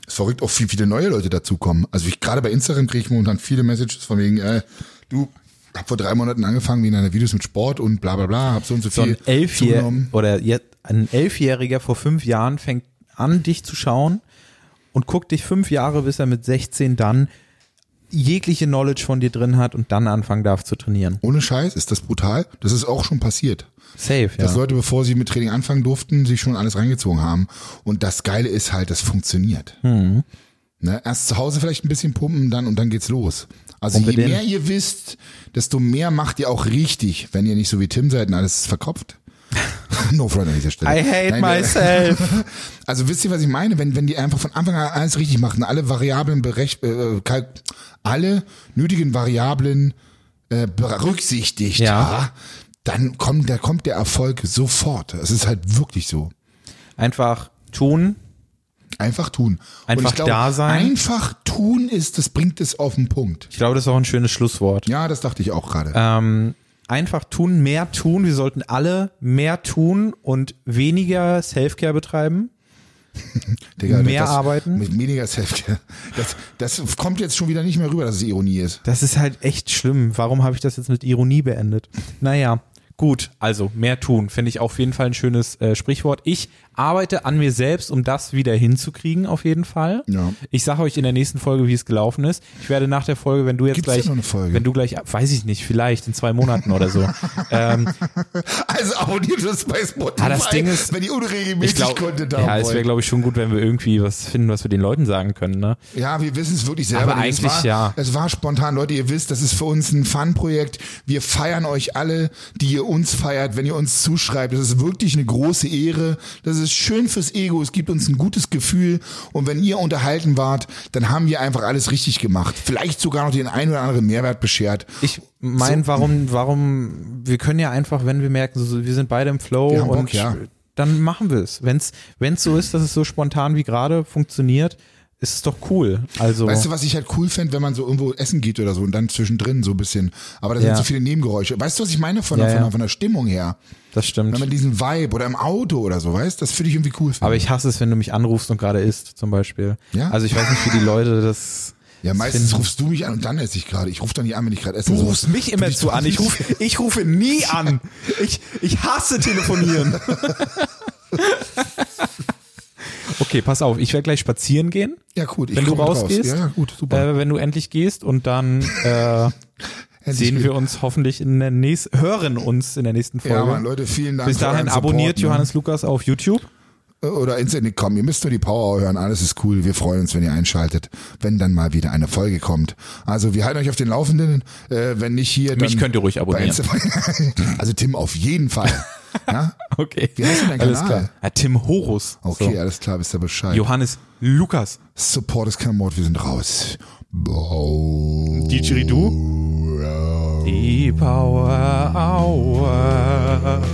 Speaker 1: Es ist verrückt, auch viel, viele neue Leute dazukommen. Also ich gerade bei Instagram kriege ich momentan viele Messages von wegen, äh, du, hab vor drei Monaten angefangen wegen deiner Videos mit Sport und bla bla bla, hab so und so
Speaker 2: So
Speaker 1: viel
Speaker 2: ein Elfjähriger
Speaker 1: zugenommen.
Speaker 2: oder jetzt ein Elfjähriger vor fünf Jahren fängt an, dich zu schauen und guckt dich fünf Jahre, bis er mit 16 dann jegliche Knowledge von dir drin hat und dann anfangen darf zu trainieren.
Speaker 1: Ohne Scheiß, ist das brutal? Das ist auch schon passiert.
Speaker 2: Safe, ja.
Speaker 1: Dass Leute, bevor sie mit Training anfangen durften, sich schon alles reingezogen haben. Und das Geile ist halt, das funktioniert.
Speaker 2: Hm.
Speaker 1: Ne? Erst zu Hause vielleicht ein bisschen pumpen, dann und dann geht's los. Also
Speaker 2: Und mit
Speaker 1: je
Speaker 2: den-
Speaker 1: mehr ihr wisst, desto mehr macht ihr auch richtig, wenn ihr nicht so wie Tim seid und alles verkopft. no front an dieser Stelle.
Speaker 2: I hate
Speaker 1: Nein, wir-
Speaker 2: myself.
Speaker 1: also wisst ihr, was ich meine? Wenn, wenn die einfach von Anfang an alles richtig machen, alle Variablen berecht, äh, kalk- alle nötigen Variablen äh, berücksichtigt,
Speaker 2: Ja.
Speaker 1: dann kommt, da kommt der Erfolg sofort. Es ist halt wirklich so.
Speaker 2: Einfach tun.
Speaker 1: Einfach tun.
Speaker 2: Einfach da sein.
Speaker 1: Einfach tun ist, das bringt es auf den Punkt.
Speaker 2: Ich glaube, das ist auch ein schönes Schlusswort.
Speaker 1: Ja, das dachte ich auch gerade.
Speaker 2: Ähm, einfach tun, mehr tun. Wir sollten alle mehr tun und weniger Selfcare betreiben.
Speaker 1: Digga,
Speaker 2: mehr arbeiten?
Speaker 1: Mit weniger Selfcare. Das, das kommt jetzt schon wieder nicht mehr rüber, dass es Ironie ist.
Speaker 2: Das ist halt echt schlimm. Warum habe ich das jetzt mit Ironie beendet? Naja, gut. Also mehr tun, finde ich auf jeden Fall ein schönes äh, Sprichwort. Ich arbeite an mir selbst, um das wieder hinzukriegen, auf jeden Fall.
Speaker 1: Ja.
Speaker 2: Ich sage euch in der nächsten Folge, wie es gelaufen ist. Ich werde nach der Folge, wenn du jetzt
Speaker 1: Gibt's
Speaker 2: gleich,
Speaker 1: denn noch eine Folge?
Speaker 2: wenn du gleich, weiß ich nicht, vielleicht in zwei Monaten oder so. ähm,
Speaker 1: Also abonniert uns bei Spotify,
Speaker 2: Ah, das Ding ist-
Speaker 1: wenn ihr
Speaker 2: ich
Speaker 1: unregelmäßig
Speaker 2: glaube,
Speaker 1: Content haben
Speaker 2: ja, es
Speaker 1: wollt.
Speaker 2: wäre glaube ich schon gut, wenn wir irgendwie was finden, was wir den Leuten sagen können. Ne?
Speaker 1: Ja, wir wissen es wirklich selber.
Speaker 2: Aber
Speaker 1: nicht.
Speaker 2: eigentlich
Speaker 1: es war,
Speaker 2: ja.
Speaker 1: Es war spontan, Leute. Ihr wisst, das ist für uns ein Fun-Projekt. Wir feiern euch alle, die ihr uns feiert, wenn ihr uns zuschreibt. Das ist wirklich eine große Ehre. Das ist schön fürs Ego. Es gibt uns ein gutes Gefühl. Und wenn ihr unterhalten wart, dann haben wir einfach alles richtig gemacht. Vielleicht sogar noch den einen oder anderen Mehrwert beschert.
Speaker 2: Ich meine, warum, warum, wir können ja einfach, wenn wir merken, so- so, wir sind beide im Flow
Speaker 1: Wir haben Bock,
Speaker 2: und
Speaker 1: ja.
Speaker 2: dann machen wir es. Wenn es so ist, dass es so spontan wie gerade funktioniert, ist es doch cool. Also,
Speaker 1: Weißt du, was ich halt cool fände, wenn man so irgendwo essen geht oder so und dann zwischendrin so ein bisschen. Aber da sind
Speaker 2: Ja.
Speaker 1: so viele Nebengeräusche. Weißt du, was ich meine von, der,
Speaker 2: Ja,
Speaker 1: von,
Speaker 2: ja.
Speaker 1: der, von der Stimmung her?
Speaker 2: das
Speaker 1: Wenn
Speaker 2: stimmt.
Speaker 1: man diesen Vibe oder im Auto oder so, weißt das finde ich irgendwie cool.
Speaker 2: Aber ich hasse es, wenn du mich anrufst und gerade isst, zum Beispiel.
Speaker 1: Ja?
Speaker 2: Also ich weiß nicht, wie die Leute das.
Speaker 1: Ja, meistens
Speaker 2: finden.
Speaker 1: rufst du mich an und dann esse ich gerade. Ich rufe dann nicht an, wenn ich gerade esse.
Speaker 2: Du
Speaker 1: So.
Speaker 2: rufst mich immer
Speaker 1: Bin ich
Speaker 2: zu
Speaker 1: doch
Speaker 2: an. Ich,
Speaker 1: nicht-
Speaker 2: ruf, ich rufe nie an. Ich, ich hasse telefonieren. okay, pass auf. Ich werde gleich spazieren gehen.
Speaker 1: Ja, gut. Ich
Speaker 2: wenn du
Speaker 1: komm raus.
Speaker 2: rausgehst,
Speaker 1: Ja, ja, gut, super.
Speaker 2: Äh, wenn du endlich gehst und dann äh,
Speaker 1: Endlich
Speaker 2: sehen
Speaker 1: geht-
Speaker 2: wir uns hoffentlich in der nächsten, hören uns in der nächsten Folge.
Speaker 1: Ja, Mann, Leute, vielen Dank.
Speaker 2: Bis
Speaker 1: für
Speaker 2: dahin
Speaker 1: euren Support,
Speaker 2: abonniert
Speaker 1: ne? Äh,
Speaker 2: Johannes Lukas auf YouTube.
Speaker 1: Oder Internet kommen. Ihr müsst nur die Power hören. Alles ist cool. Wir freuen uns, wenn ihr einschaltet, wenn dann mal wieder eine Folge kommt. Also wir halten euch auf den Laufenden. Äh, wenn nicht hier, dann
Speaker 2: Mich könnt ihr ruhig
Speaker 1: bei
Speaker 2: abonnieren.
Speaker 1: Insta- also Tim auf jeden Fall. ja?
Speaker 2: Okay.
Speaker 1: Wie heißt denn dein
Speaker 2: alles
Speaker 1: Kanal?
Speaker 2: klar. Ja, Tim Horus.
Speaker 1: Okay,
Speaker 2: So.
Speaker 1: alles klar, wisst ihr Bescheid.
Speaker 2: Johannes Lukas.
Speaker 1: Support ist kein Mord. Wir sind raus. Bau.
Speaker 2: Didgeridoo. Die Power Hour.